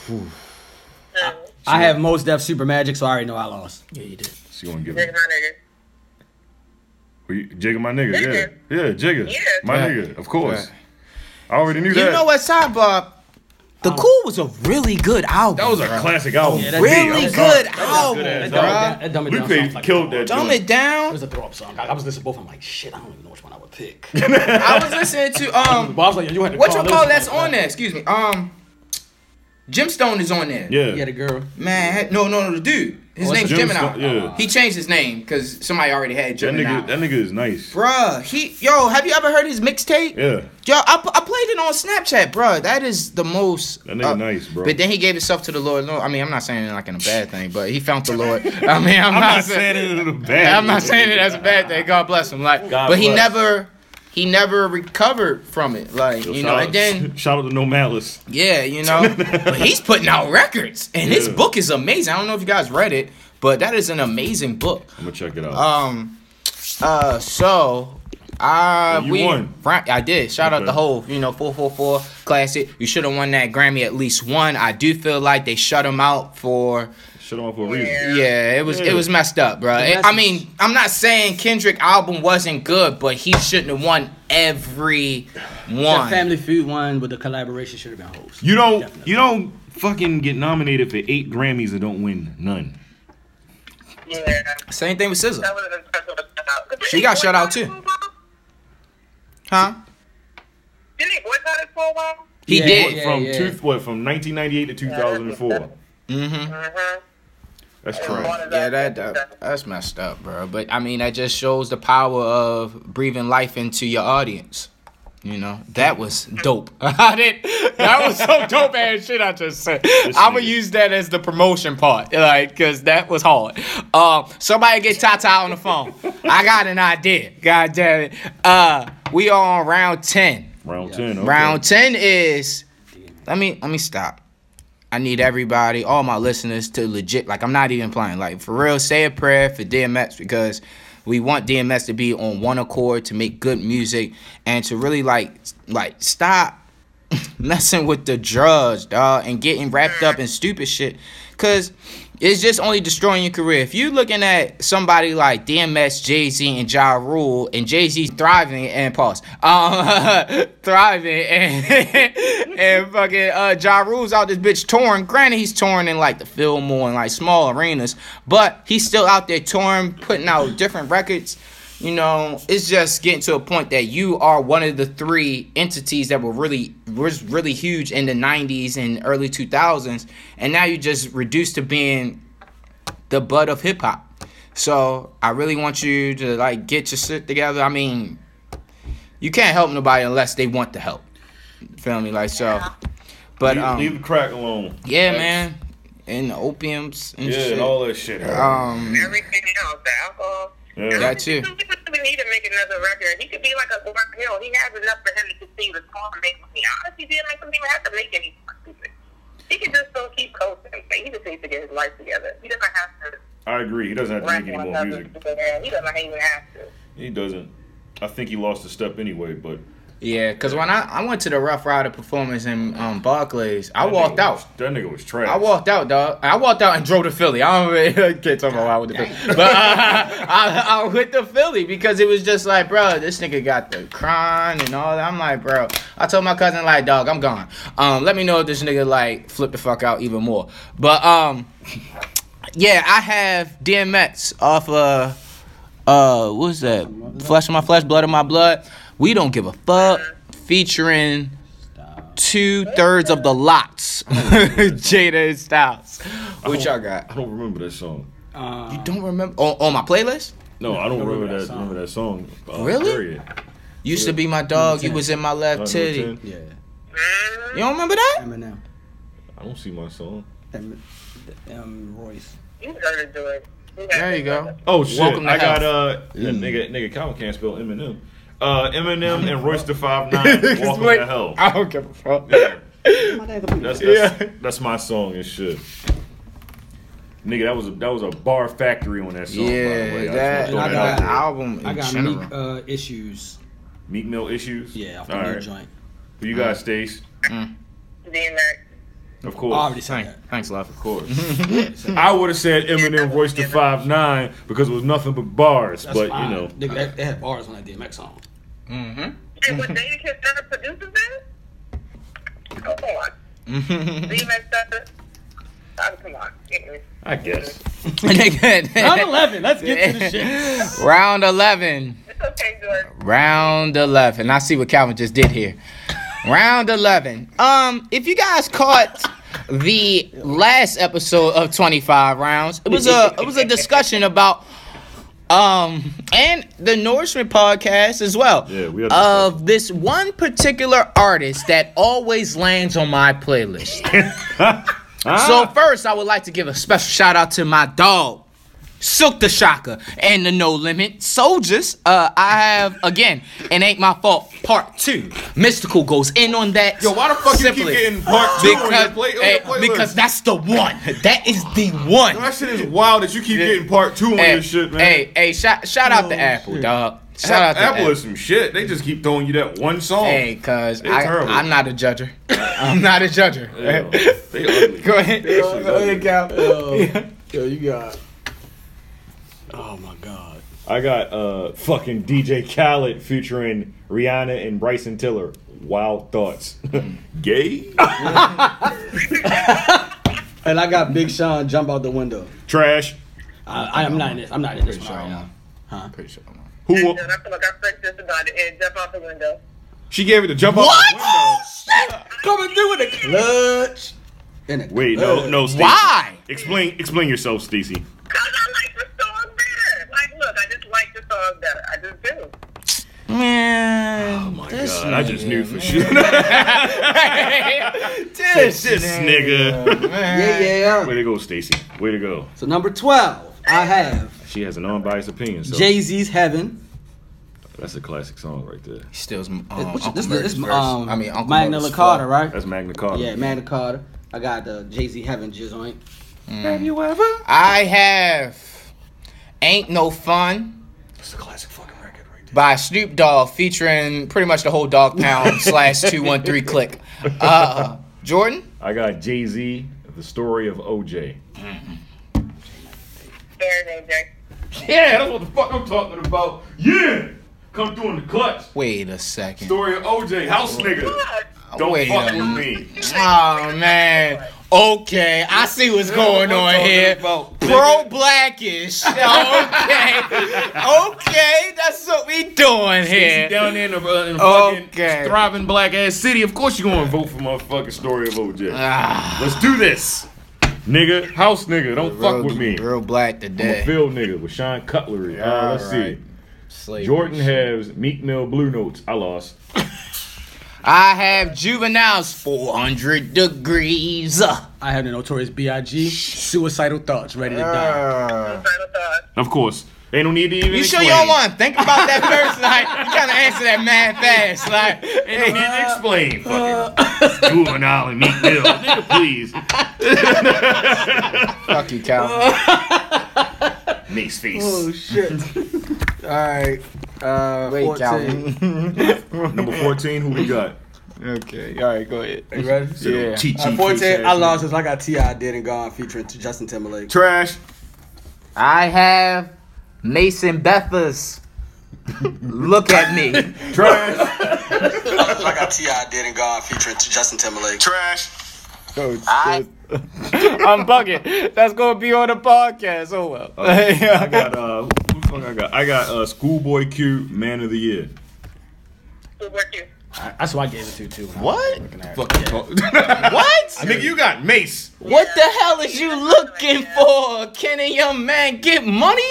[SPEAKER 2] I have most def super magic, so I already know I lost.
[SPEAKER 1] Yeah, you did.
[SPEAKER 3] She gonna give
[SPEAKER 5] Nigga,
[SPEAKER 3] it.
[SPEAKER 5] my
[SPEAKER 3] We-
[SPEAKER 5] nigga.
[SPEAKER 3] Jigga, my nigga.
[SPEAKER 5] Jigga.
[SPEAKER 3] Yeah. Yeah, Jigga.
[SPEAKER 5] Yeah.
[SPEAKER 3] My
[SPEAKER 1] Yeah.
[SPEAKER 3] nigga. Of course. I already knew that.
[SPEAKER 1] You know what, sidebar? The Cool was a really good album.
[SPEAKER 3] That was a classic album.
[SPEAKER 2] Yeah,
[SPEAKER 3] for
[SPEAKER 2] that-
[SPEAKER 3] me.
[SPEAKER 1] really
[SPEAKER 3] I'm sorry.
[SPEAKER 1] good
[SPEAKER 3] That
[SPEAKER 1] album.
[SPEAKER 3] was
[SPEAKER 2] Dumb It
[SPEAKER 1] bruh.
[SPEAKER 2] Down- that dumb it down
[SPEAKER 3] Lupe
[SPEAKER 2] sounds like
[SPEAKER 3] killed
[SPEAKER 2] a-
[SPEAKER 3] that.
[SPEAKER 1] Dumb
[SPEAKER 3] joint.
[SPEAKER 1] it
[SPEAKER 2] It
[SPEAKER 1] down.
[SPEAKER 2] was a throw up song. I, I was listening to both. I'm like, shit, I don't even know which one I would pick.
[SPEAKER 1] I was listening to
[SPEAKER 2] but
[SPEAKER 1] um,
[SPEAKER 2] I was like, yo, you had to
[SPEAKER 1] what you
[SPEAKER 2] call this
[SPEAKER 1] call
[SPEAKER 2] one.
[SPEAKER 1] that's on there? Excuse me. Um, Gemstone is on there.
[SPEAKER 3] Yeah.
[SPEAKER 2] Yeah, the girl.
[SPEAKER 1] Man, heck- no, no, no, the dude. His
[SPEAKER 2] Oh,
[SPEAKER 1] name's
[SPEAKER 2] it's
[SPEAKER 3] Gemstone,
[SPEAKER 1] Gemini.
[SPEAKER 3] yeah.
[SPEAKER 1] He changed his name because somebody already had
[SPEAKER 3] That
[SPEAKER 1] Gemini.
[SPEAKER 3] nigga. That nigga is nice.
[SPEAKER 1] Bruh, he yo, have you ever heard his mixtape?
[SPEAKER 3] Yeah.
[SPEAKER 1] Yo, I, I played it on Snapchat, bruh. That is the most.
[SPEAKER 3] That nigga nice, bro.
[SPEAKER 1] But then he gave himself to the Lord. Lord. I mean, I'm not saying it like in a bad thing, but he found the Lord. I mean, I'm,
[SPEAKER 3] I'm
[SPEAKER 1] not,
[SPEAKER 3] not saying
[SPEAKER 1] saying.
[SPEAKER 3] it in a bad.
[SPEAKER 1] I'm not saying it as a bad thing. God bless him. Like,
[SPEAKER 3] God
[SPEAKER 1] but he
[SPEAKER 3] bless.
[SPEAKER 1] never, he never recovered from it. Like, you know,
[SPEAKER 3] Shout out-
[SPEAKER 1] and then
[SPEAKER 3] shout out to No Malice.
[SPEAKER 1] yeah, you know, but he's putting out records, and his
[SPEAKER 3] Yeah.
[SPEAKER 1] book is amazing. I don't know if you guys read it, but that is an amazing book.
[SPEAKER 3] I'm gonna check it out.
[SPEAKER 1] Um, uh, so I
[SPEAKER 3] Yeah, you
[SPEAKER 1] we
[SPEAKER 3] won.
[SPEAKER 1] Fra- I did. Shout out
[SPEAKER 3] Okay.
[SPEAKER 1] the whole you know four four four classic. You should have won that Grammy at least one. I do feel like they shut him out for
[SPEAKER 3] Shut him off for a reason.
[SPEAKER 5] Yeah.
[SPEAKER 1] yeah. It was
[SPEAKER 3] Yeah.
[SPEAKER 1] it was messed up, bro.
[SPEAKER 2] The
[SPEAKER 1] I
[SPEAKER 2] message-
[SPEAKER 1] mean, I'm not saying Kendrick album wasn't good, but he shouldn't have won every
[SPEAKER 2] That
[SPEAKER 1] one.
[SPEAKER 2] Family Feud one, but the collaboration should have been hoes.
[SPEAKER 3] You don't.
[SPEAKER 2] Definitely.
[SPEAKER 3] You don't fucking get nominated for eight Grammys and don't win none.
[SPEAKER 5] Yeah.
[SPEAKER 1] Same thing with SZA,
[SPEAKER 5] That was an impressive shout
[SPEAKER 1] She got shut out, too. huh?
[SPEAKER 5] Didn't they boycott it for a while?
[SPEAKER 1] He
[SPEAKER 2] Yeah.
[SPEAKER 1] did.
[SPEAKER 3] from
[SPEAKER 2] yeah.
[SPEAKER 3] Two, what from 1998 to 2004.
[SPEAKER 5] Mm-hmm.
[SPEAKER 3] That's trash.
[SPEAKER 1] Yeah, that, that that's messed up, bro. But I mean, that just shows the power of breathing life into your audience. You know, that was dope. I didn't. That was some dope ass shit I just said. I'm gonna
[SPEAKER 3] nigga.
[SPEAKER 1] use that as the promotion part, like, cause that was hard. Uh, somebody get Tata on the phone. I got an idea. God damn it. Uh, we are on round ten.
[SPEAKER 3] Round ten. Okay.
[SPEAKER 1] Round ten is. Let me let me stop. I need everybody, all my listeners, to legit like I'm not even playing. Like for real, say a prayer for DMX because we want DMX to be on one accord to make good music and to really like like stop messing with the drugs, dog, and getting wrapped up in stupid shit. Cause it's just only destroying your career. If you're looking at somebody like DMX, Jay Z, and Ja Rule, and Jay Z thriving and pause, um, thriving and and fucking uh, Ja Rule's out this bitch touring. Granted, he's touring in like the Fillmore and like small arenas, but he's still out there touring, putting out different records. You know, it's just getting to a point that you are one of the three entities that were really was really huge in the '90s and early 2000s, and now you just reduced to being the butt of hip hop. So I really want you to like get your shit together. I mean, you can't help nobody unless they want the help. Feel me? Like so. But
[SPEAKER 3] Leave,
[SPEAKER 1] um,
[SPEAKER 3] leave the crack alone.
[SPEAKER 1] yeah, man, and the opiums and
[SPEAKER 3] Yeah,
[SPEAKER 1] shit.
[SPEAKER 3] and all that shit.
[SPEAKER 1] um,
[SPEAKER 5] Everything else, the alcohol.
[SPEAKER 3] Yeah.
[SPEAKER 5] I don't
[SPEAKER 1] That's it.
[SPEAKER 5] think He doesn't need to make another record. He could be like a Lauren Hill. He has enough for him to succeed as far as making money. Honestly, DMX doesn't even have to make any music. He could just still keep coasting. Like, He just needs to get his life together. He doesn't have to
[SPEAKER 3] I agree. He doesn't have to
[SPEAKER 5] rap
[SPEAKER 3] make
[SPEAKER 5] on
[SPEAKER 3] any more
[SPEAKER 5] another
[SPEAKER 3] music.
[SPEAKER 5] superhero. He doesn't even have to.
[SPEAKER 3] He doesn't. I think he lost a step anyway, but
[SPEAKER 1] yeah, cause when I, I went to the Rough Rider performance in um, Barclays, I
[SPEAKER 3] that
[SPEAKER 1] walked
[SPEAKER 3] nigga
[SPEAKER 1] out.
[SPEAKER 3] was- that nigga was trash.
[SPEAKER 1] I walked out, dog. I walked out and drove to Philly. I don't really can't talk about why I went to Philly, but uh, I, I went to Philly because it was just like, bro, this nigga got the crime and all that. I'm like, bro, I told my cousin like, dog, I'm gone. Um, let me know if this nigga like flip the fuck out even more. But um, yeah, I have DMX off of uh, what was that? Flesh of my flesh, blood of my blood. We don't give a fuck. Featuring two thirds of the lots, Jada and Styles. What y'all got?
[SPEAKER 3] I don't remember that song.
[SPEAKER 2] Uh,
[SPEAKER 1] You don't remember on, on my playlist?
[SPEAKER 3] No, I don't
[SPEAKER 2] don't
[SPEAKER 3] remember,
[SPEAKER 2] remember
[SPEAKER 3] that.
[SPEAKER 2] that
[SPEAKER 3] Remember that song? Uh,
[SPEAKER 1] Really?
[SPEAKER 3] period.
[SPEAKER 1] Used to be my dog. You was in my
[SPEAKER 3] Number
[SPEAKER 1] left titty.
[SPEAKER 3] 10?
[SPEAKER 2] yeah,
[SPEAKER 5] Mm-hmm.
[SPEAKER 1] You don't remember that?
[SPEAKER 2] Eminem,
[SPEAKER 3] I don't see my song.
[SPEAKER 2] Em, um, Royce.
[SPEAKER 5] You gotta do it.
[SPEAKER 1] There you go.
[SPEAKER 3] Oh shit!
[SPEAKER 1] Welcome to
[SPEAKER 3] I got
[SPEAKER 1] hell.
[SPEAKER 3] uh that
[SPEAKER 1] Mm.
[SPEAKER 3] nigga nigga Calvin can't spell Eminem. Uh Eminem and Royce the Five Nine. Welcome
[SPEAKER 1] Wait,
[SPEAKER 3] to hell.
[SPEAKER 1] I don't give a fuck.
[SPEAKER 3] Yeah.
[SPEAKER 2] My nigga,
[SPEAKER 3] That's that's, that's my song and shit. Nigga, that was a, that was a bar factory on that song. by
[SPEAKER 1] Yeah,
[SPEAKER 3] the way. I just
[SPEAKER 1] that,
[SPEAKER 3] wanna
[SPEAKER 2] I
[SPEAKER 3] throw
[SPEAKER 2] got-
[SPEAKER 1] that
[SPEAKER 3] out there.
[SPEAKER 1] album in
[SPEAKER 2] I got
[SPEAKER 1] general.
[SPEAKER 2] meat uh, issues.
[SPEAKER 3] Meat Mill issues.
[SPEAKER 2] Yeah, off the
[SPEAKER 3] All
[SPEAKER 2] new
[SPEAKER 3] right.
[SPEAKER 2] joint.
[SPEAKER 3] Who you got, Stace?
[SPEAKER 5] DMX.
[SPEAKER 3] Of
[SPEAKER 2] I
[SPEAKER 3] course.
[SPEAKER 2] already said
[SPEAKER 1] Thanks,
[SPEAKER 2] that.
[SPEAKER 1] thanks, love.
[SPEAKER 3] Of course. I would have said Eminem Royce the Five Nine because it was nothing but bars,
[SPEAKER 2] That's
[SPEAKER 3] but
[SPEAKER 2] fine.
[SPEAKER 3] you know.
[SPEAKER 2] Nigga, that- they had bars on that DMX song.
[SPEAKER 5] And what Dana Kiss ever produces this? Come on. DMX does it? Oh, come on. Mm-mm.
[SPEAKER 3] I guess.
[SPEAKER 2] Round
[SPEAKER 1] Nigga,
[SPEAKER 2] eleven. Let's get to the shit.
[SPEAKER 1] Round eleven.
[SPEAKER 5] It's okay, George.
[SPEAKER 1] Round eleven. I see what Calvin just did here. Round eleven. Um, if you guys caught the last episode of Twenty Five Rounds, it was a it was a discussion about um and the Norseman podcast as well
[SPEAKER 3] Yeah, we had a
[SPEAKER 1] of this one particular artist that always lands on my playlist. So first, I would like to give a special shout out to my dog, Sook the Shocker, and the No Limit Soldiers. Uh, I have again, it ain't my fault. Part two, Mystical goes in on that.
[SPEAKER 3] Yo, why the fuck you keep
[SPEAKER 1] simply
[SPEAKER 3] getting part two on your
[SPEAKER 1] because,
[SPEAKER 3] play- on your
[SPEAKER 1] eh,
[SPEAKER 3] playlist?
[SPEAKER 1] because that's the one. That is the one.
[SPEAKER 3] That shit is wild that you keep getting part two on
[SPEAKER 1] hey,
[SPEAKER 3] your shit, man.
[SPEAKER 1] hey, hey, shout, shout out to
[SPEAKER 2] Oh,
[SPEAKER 1] Apple,
[SPEAKER 2] shit.
[SPEAKER 1] dog.
[SPEAKER 3] A-
[SPEAKER 1] Shout out to
[SPEAKER 3] Apple
[SPEAKER 1] Apple.
[SPEAKER 3] is some shit. They just keep throwing you that one song.
[SPEAKER 1] Hey, cause
[SPEAKER 3] They
[SPEAKER 1] I,
[SPEAKER 3] terrible.
[SPEAKER 1] I'm not a judger. I'm not a judger.
[SPEAKER 3] Ew, they ugly.
[SPEAKER 1] Go ahead.
[SPEAKER 3] That shit ugly.
[SPEAKER 2] Yo, you got. Oh my god.
[SPEAKER 3] I got uh fucking DJ Khaled featuring Rihanna and Bryson Tiller. Wild thoughts. Gay?
[SPEAKER 2] And I got Big Sean jump out the window.
[SPEAKER 3] Trash.
[SPEAKER 2] I, I am not in this. I'm not in this one right now.
[SPEAKER 1] Pretty sure I'm on.
[SPEAKER 3] Who?
[SPEAKER 5] I
[SPEAKER 3] wa-
[SPEAKER 5] feel like I freaked this about to end up out the window.
[SPEAKER 3] She gave it a jump out the window.
[SPEAKER 2] Coming through with a clutch. In a
[SPEAKER 3] Wait, no, no, Stacey.
[SPEAKER 1] Why?
[SPEAKER 3] Explain, explain yourself, Stacey.
[SPEAKER 5] Because I like the song better. Like, look, I just like the song better. I just do.
[SPEAKER 1] Man.
[SPEAKER 3] Oh my god, I just knew for sure.
[SPEAKER 1] this,
[SPEAKER 3] this nigga.
[SPEAKER 2] Yeah, yeah,
[SPEAKER 3] Way
[SPEAKER 2] yeah.
[SPEAKER 3] to go, Stacey. Way to go.
[SPEAKER 2] So number twelve, I have
[SPEAKER 3] She has an unbiased opinion, so
[SPEAKER 2] Jay Z's Heaven.
[SPEAKER 3] that's a classic song right there.
[SPEAKER 1] He steals um,
[SPEAKER 2] What's-
[SPEAKER 1] Uncle
[SPEAKER 2] this,
[SPEAKER 1] Murder's
[SPEAKER 2] this,
[SPEAKER 1] verse.
[SPEAKER 2] um,
[SPEAKER 1] I mean, Uncle
[SPEAKER 2] Magna
[SPEAKER 1] Murder's
[SPEAKER 2] La Carta,
[SPEAKER 1] flow.
[SPEAKER 2] right?
[SPEAKER 3] That's Magna Carta.
[SPEAKER 2] Yeah, Magna Carta. I got the Jay Z Heaven joint.
[SPEAKER 1] I have Ain't No Fun
[SPEAKER 3] That's a classic fucking record right there.
[SPEAKER 1] by Snoop Dogg featuring pretty much the whole Dog Pound slash 213 click. Uh, Jordan?
[SPEAKER 3] I got Jay Z, The Story of OJ.
[SPEAKER 5] Fair name, Jay.
[SPEAKER 3] Yeah, that's what the fuck I'm talking about. Yeah! Come through in the clutch.
[SPEAKER 1] Wait a second. Oh,
[SPEAKER 3] Story of OJ, house nigga.
[SPEAKER 5] Look,
[SPEAKER 3] Don't
[SPEAKER 1] Wait
[SPEAKER 3] fuck
[SPEAKER 1] a
[SPEAKER 3] with me.
[SPEAKER 1] Oh, man. Okay, I see what's going
[SPEAKER 3] What I'm
[SPEAKER 1] on
[SPEAKER 3] talking
[SPEAKER 1] here.
[SPEAKER 3] about,
[SPEAKER 1] Pro
[SPEAKER 3] nigga.
[SPEAKER 1] blackish. Okay. Okay, that's what we doing
[SPEAKER 3] Stacey
[SPEAKER 1] here.
[SPEAKER 3] down there in the, uh, in the fucking
[SPEAKER 1] Okay.
[SPEAKER 3] thriving black ass city. Of course you gonna vote for motherfucking story of OJ.
[SPEAKER 1] Ah,
[SPEAKER 3] Let's do this. Nigga, house nigga, don't fuck with me.
[SPEAKER 1] Real black
[SPEAKER 3] I'm a
[SPEAKER 1] today.
[SPEAKER 3] field nigga with Sean Cutlery. Uh, let's
[SPEAKER 1] Alright.
[SPEAKER 3] see.
[SPEAKER 1] Slavery.
[SPEAKER 3] Jordan has Meek Mill Blue Notes. I lost.
[SPEAKER 1] I have juveniles 400 degrees.
[SPEAKER 2] I have the Notorious B.I.G. Suicidal thoughts, ready to die.
[SPEAKER 5] Final thought.
[SPEAKER 3] Of course. They don't need to even
[SPEAKER 1] you sure
[SPEAKER 3] explain.
[SPEAKER 1] you don't want to think about that first? Like, you trying to answer that man fast. Like,
[SPEAKER 3] They don't need to explain. Fucking juvenile and Meek Mill. Nigga, please.
[SPEAKER 1] fuck you, Cal. Oh,
[SPEAKER 3] Nice face.
[SPEAKER 2] Oh, shit! All right. Uh,
[SPEAKER 1] Wait,
[SPEAKER 2] 14.
[SPEAKER 1] Calvin.
[SPEAKER 3] Number 14, who we got?
[SPEAKER 1] okay, all right, go ahead.
[SPEAKER 2] You ready?
[SPEAKER 1] Yeah.
[SPEAKER 2] All right, 14, I lost this. I got T.I. Dead and Gone featuring Justin Timberlake.
[SPEAKER 3] Trash.
[SPEAKER 1] I have Mason Bethers. Look at me.
[SPEAKER 3] Trash.
[SPEAKER 2] I got T.I. Dead and Gone featuring Justin Timberlake.
[SPEAKER 3] Trash.
[SPEAKER 1] I, I'm bugging. That's gonna be on the podcast. Oh well.
[SPEAKER 3] I got, uh, who the fuck I got? I got uh, Schoolboy Q, Man of the Year.
[SPEAKER 5] Good work, you.
[SPEAKER 2] That's who I gave it to, too.
[SPEAKER 1] what?
[SPEAKER 3] Fucking talk.
[SPEAKER 1] What?
[SPEAKER 3] Nigga, you got Mace.
[SPEAKER 1] What the hell is you looking for? Can a young man get money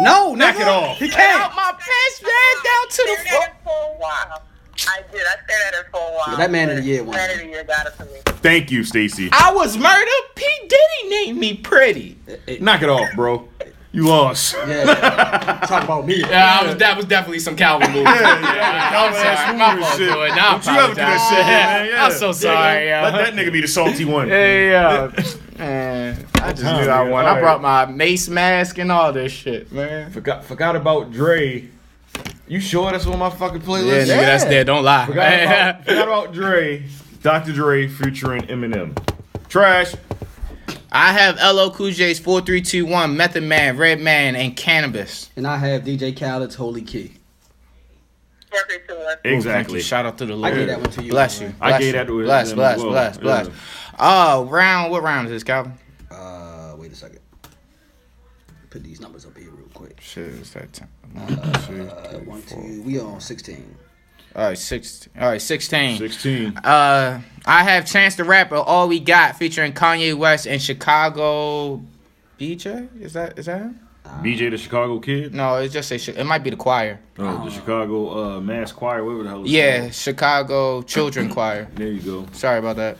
[SPEAKER 1] anymore?
[SPEAKER 2] No,
[SPEAKER 3] Knock
[SPEAKER 2] nigga.
[SPEAKER 3] it off.
[SPEAKER 2] He
[SPEAKER 1] Out
[SPEAKER 2] can't.
[SPEAKER 1] my pants ran down to the
[SPEAKER 5] stared
[SPEAKER 1] floor.
[SPEAKER 5] at it for a while. I did. I stared at it for a while.
[SPEAKER 2] That man of the year one.
[SPEAKER 5] Man of the year got it for me.
[SPEAKER 3] Thank you, Stacy.
[SPEAKER 1] I was murdered. P Diddy named me pretty.
[SPEAKER 3] Knock it off, bro. You lost.
[SPEAKER 2] Yeah, yeah. Talk about me.
[SPEAKER 1] Yeah, that was definitely some Calvin movie.
[SPEAKER 3] Calvin ass movie and shit. Don't you ever do that shit, man. Yeah.
[SPEAKER 1] I'm so sorry, yo.
[SPEAKER 3] Let that nigga be the salty one.
[SPEAKER 1] Hey, uh,
[SPEAKER 6] Man, I just
[SPEAKER 3] time,
[SPEAKER 6] knew I
[SPEAKER 3] man?
[SPEAKER 6] won. I
[SPEAKER 3] Alright.
[SPEAKER 6] brought my mace mask and all this shit, man.
[SPEAKER 3] Forgot forgot about Dre. You sure that's on my fucking
[SPEAKER 6] Yeah,
[SPEAKER 3] playlist?
[SPEAKER 6] nigga, that's dead. Don't lie.
[SPEAKER 3] Forgot about, forgot about Dre. Dr. Dre featuring Eminem. Trash.
[SPEAKER 1] I have LL Cool J's 4321, Method Man, Red Man, and Cannabis.
[SPEAKER 2] And I have DJ Khaled's Holy Key.
[SPEAKER 5] Perfect to us.
[SPEAKER 1] Thank you.
[SPEAKER 3] Exactly.
[SPEAKER 1] Shout out to the
[SPEAKER 2] I
[SPEAKER 1] Lord.
[SPEAKER 2] gave that one to you.
[SPEAKER 1] Bless you.
[SPEAKER 3] I
[SPEAKER 1] Bless
[SPEAKER 3] gave
[SPEAKER 1] you.
[SPEAKER 3] that to
[SPEAKER 1] Bless,
[SPEAKER 3] them
[SPEAKER 1] bless,
[SPEAKER 3] as well.
[SPEAKER 1] bless,
[SPEAKER 3] Yeah.
[SPEAKER 1] bless. Oh, round. What round is this, Calvin?
[SPEAKER 2] Uh, wait a second. Put these numbers up here real quick.
[SPEAKER 1] Shit, it's that time.
[SPEAKER 2] Uh, one, two. We on sixteen.
[SPEAKER 1] All right, six. All right, sixteen.
[SPEAKER 3] 16.
[SPEAKER 1] Uh, I have Chance the Rapper, All We Got, featuring Kanye West and Chicago. BJ, is that is that him?
[SPEAKER 3] BJ Uh, the Chicago Kid.
[SPEAKER 1] No, it just say Chi- it might be the choir.
[SPEAKER 3] Oh, the Chicago uh, Mass Choir. Whatever the hell. it's
[SPEAKER 1] Yeah,
[SPEAKER 3] called.
[SPEAKER 1] Chicago Children Choir.
[SPEAKER 3] There you go.
[SPEAKER 1] Sorry about that.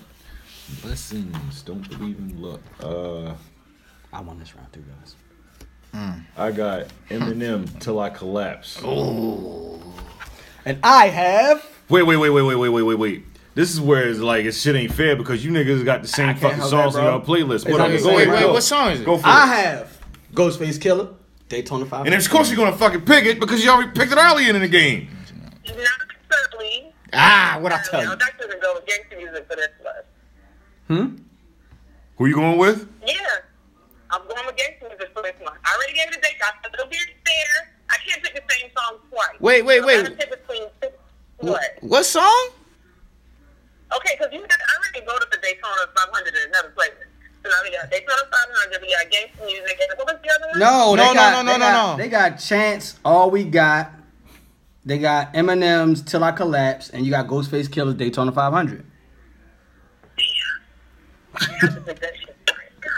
[SPEAKER 3] Blessings. Don't believe in luck. Uh,
[SPEAKER 2] I won this round too, guys.
[SPEAKER 3] I got Eminem till I collapse.
[SPEAKER 2] And I have.
[SPEAKER 3] Wait, wait, wait, wait, wait, wait, wait, wait, wait. This is where it's like it's shit ain't fair because you niggas got the same
[SPEAKER 2] can't
[SPEAKER 3] fucking
[SPEAKER 2] help
[SPEAKER 3] songs
[SPEAKER 2] that,
[SPEAKER 3] in
[SPEAKER 2] bro.
[SPEAKER 3] your playlist.
[SPEAKER 2] It's on
[SPEAKER 3] Whatever.
[SPEAKER 2] the
[SPEAKER 3] Go
[SPEAKER 2] same
[SPEAKER 3] ahead,
[SPEAKER 2] record.
[SPEAKER 3] go.
[SPEAKER 1] What song is it?
[SPEAKER 3] Go for
[SPEAKER 2] I
[SPEAKER 3] it.
[SPEAKER 2] have Ghostface Killer, Daytona Five.
[SPEAKER 3] And of course you're gonna fucking pick it because you already picked it earlier in the game.
[SPEAKER 5] Not certainly.
[SPEAKER 1] Ah, what I tell
[SPEAKER 5] No,
[SPEAKER 1] you.
[SPEAKER 5] that doesn't go against the music for this one.
[SPEAKER 2] Hmm.
[SPEAKER 3] Who you going with?
[SPEAKER 5] Yeah. I'm going against music for this one. I already gave it a date. I said it'll be fair. I can't pick the same song twice.
[SPEAKER 1] Wait, wait,
[SPEAKER 5] So
[SPEAKER 1] wait.
[SPEAKER 5] I gotta pick between two- What?
[SPEAKER 1] What song?
[SPEAKER 5] Okay, because you got I already voted for Daytona 500 in another playlist. So now we got Daytona 500, we got Gangsta Music, and what was the other one?
[SPEAKER 2] No, they
[SPEAKER 1] No, no,
[SPEAKER 2] got,
[SPEAKER 1] no, no, no,
[SPEAKER 2] they got-
[SPEAKER 1] no.
[SPEAKER 2] They got Chance, All We Got. They got Eminem's Till I Collapse, and you got Ghostface Killer's Daytona 500.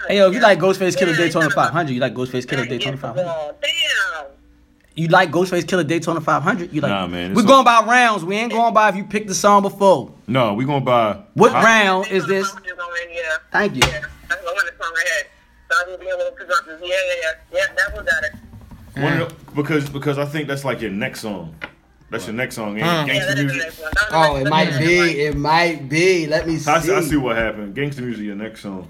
[SPEAKER 2] Hey, yo, if you like Ghostface Killer's Daytona 500, you like Ghostface Killer's Daytona 500.
[SPEAKER 5] Damn.
[SPEAKER 2] You like Ghostface Killer Daytona 500? You like?
[SPEAKER 3] Nah, man, it's
[SPEAKER 2] We're
[SPEAKER 3] a-
[SPEAKER 2] going by rounds. We ain't going by if you picked the song before.
[SPEAKER 3] No, we gonna buy.
[SPEAKER 2] What
[SPEAKER 3] I-
[SPEAKER 2] round is
[SPEAKER 5] Daytona
[SPEAKER 2] this?
[SPEAKER 5] 500 is on, Yeah.
[SPEAKER 2] Thank you.
[SPEAKER 5] Yeah, that's the one that's on my head. So I'm gonna be a little presumptuous. Yeah, yeah, yeah. Yeah, that one got it.
[SPEAKER 3] One of the- because because I think that's like your next song. That's your next song. ain't it?
[SPEAKER 5] Yeah,
[SPEAKER 3] Gangsta
[SPEAKER 5] that is the
[SPEAKER 3] music.
[SPEAKER 5] next one. That was the
[SPEAKER 2] Oh,
[SPEAKER 5] next-
[SPEAKER 2] it
[SPEAKER 5] that
[SPEAKER 2] might
[SPEAKER 5] was the
[SPEAKER 2] be.
[SPEAKER 5] next one.
[SPEAKER 2] It might be. Let me see.
[SPEAKER 3] I see, I see what happened. Gangsta music, your next song.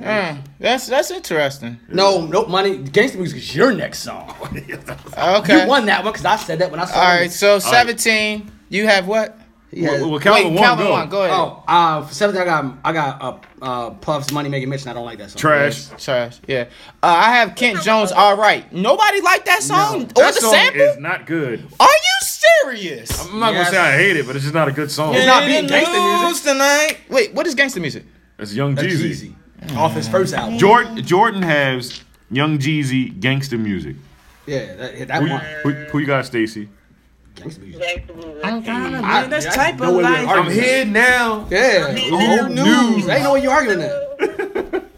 [SPEAKER 1] Mm, that's that's interesting.
[SPEAKER 2] No, no money. Gangsta music is your next song.
[SPEAKER 1] Okay.
[SPEAKER 2] You won that one because I said that when I saw
[SPEAKER 1] All right,
[SPEAKER 2] it.
[SPEAKER 1] so seventeen. You have what?
[SPEAKER 2] He has-
[SPEAKER 3] Well, well, Calvin
[SPEAKER 1] Wait,
[SPEAKER 3] won,
[SPEAKER 1] Calvin
[SPEAKER 3] go.
[SPEAKER 1] won. Go ahead.
[SPEAKER 2] Oh, uh, for seventh I got I got uh, uh Puff's Money Making Mitch, and I don't like that song.
[SPEAKER 3] Trash.
[SPEAKER 1] Trash. Yeah. Uh, I have Kent Jones. All right. Nobody liked that song or
[SPEAKER 3] That
[SPEAKER 1] the
[SPEAKER 3] song
[SPEAKER 1] sample.
[SPEAKER 3] is not good.
[SPEAKER 1] Are you serious?
[SPEAKER 3] I'm not
[SPEAKER 2] Yes.
[SPEAKER 3] gonna say I hate it, but it's just not a good song.
[SPEAKER 2] It's not being gangsta music.
[SPEAKER 1] Lose tonight. Wait, what is gangster music?
[SPEAKER 3] It's Young Jeezy.
[SPEAKER 2] Jeezy. Off his first album.
[SPEAKER 3] Jordan Jordan has Young Jeezy gangster music.
[SPEAKER 2] Yeah, that, that
[SPEAKER 3] Who you,
[SPEAKER 2] one.
[SPEAKER 3] who, who you got, Stacy?
[SPEAKER 2] Gangsta music.
[SPEAKER 5] Gangsta music.
[SPEAKER 2] I- that's I type know of where we're life. arguing.
[SPEAKER 3] now.
[SPEAKER 2] Yeah.
[SPEAKER 3] Old news.
[SPEAKER 2] I ain't know what you're arguing at.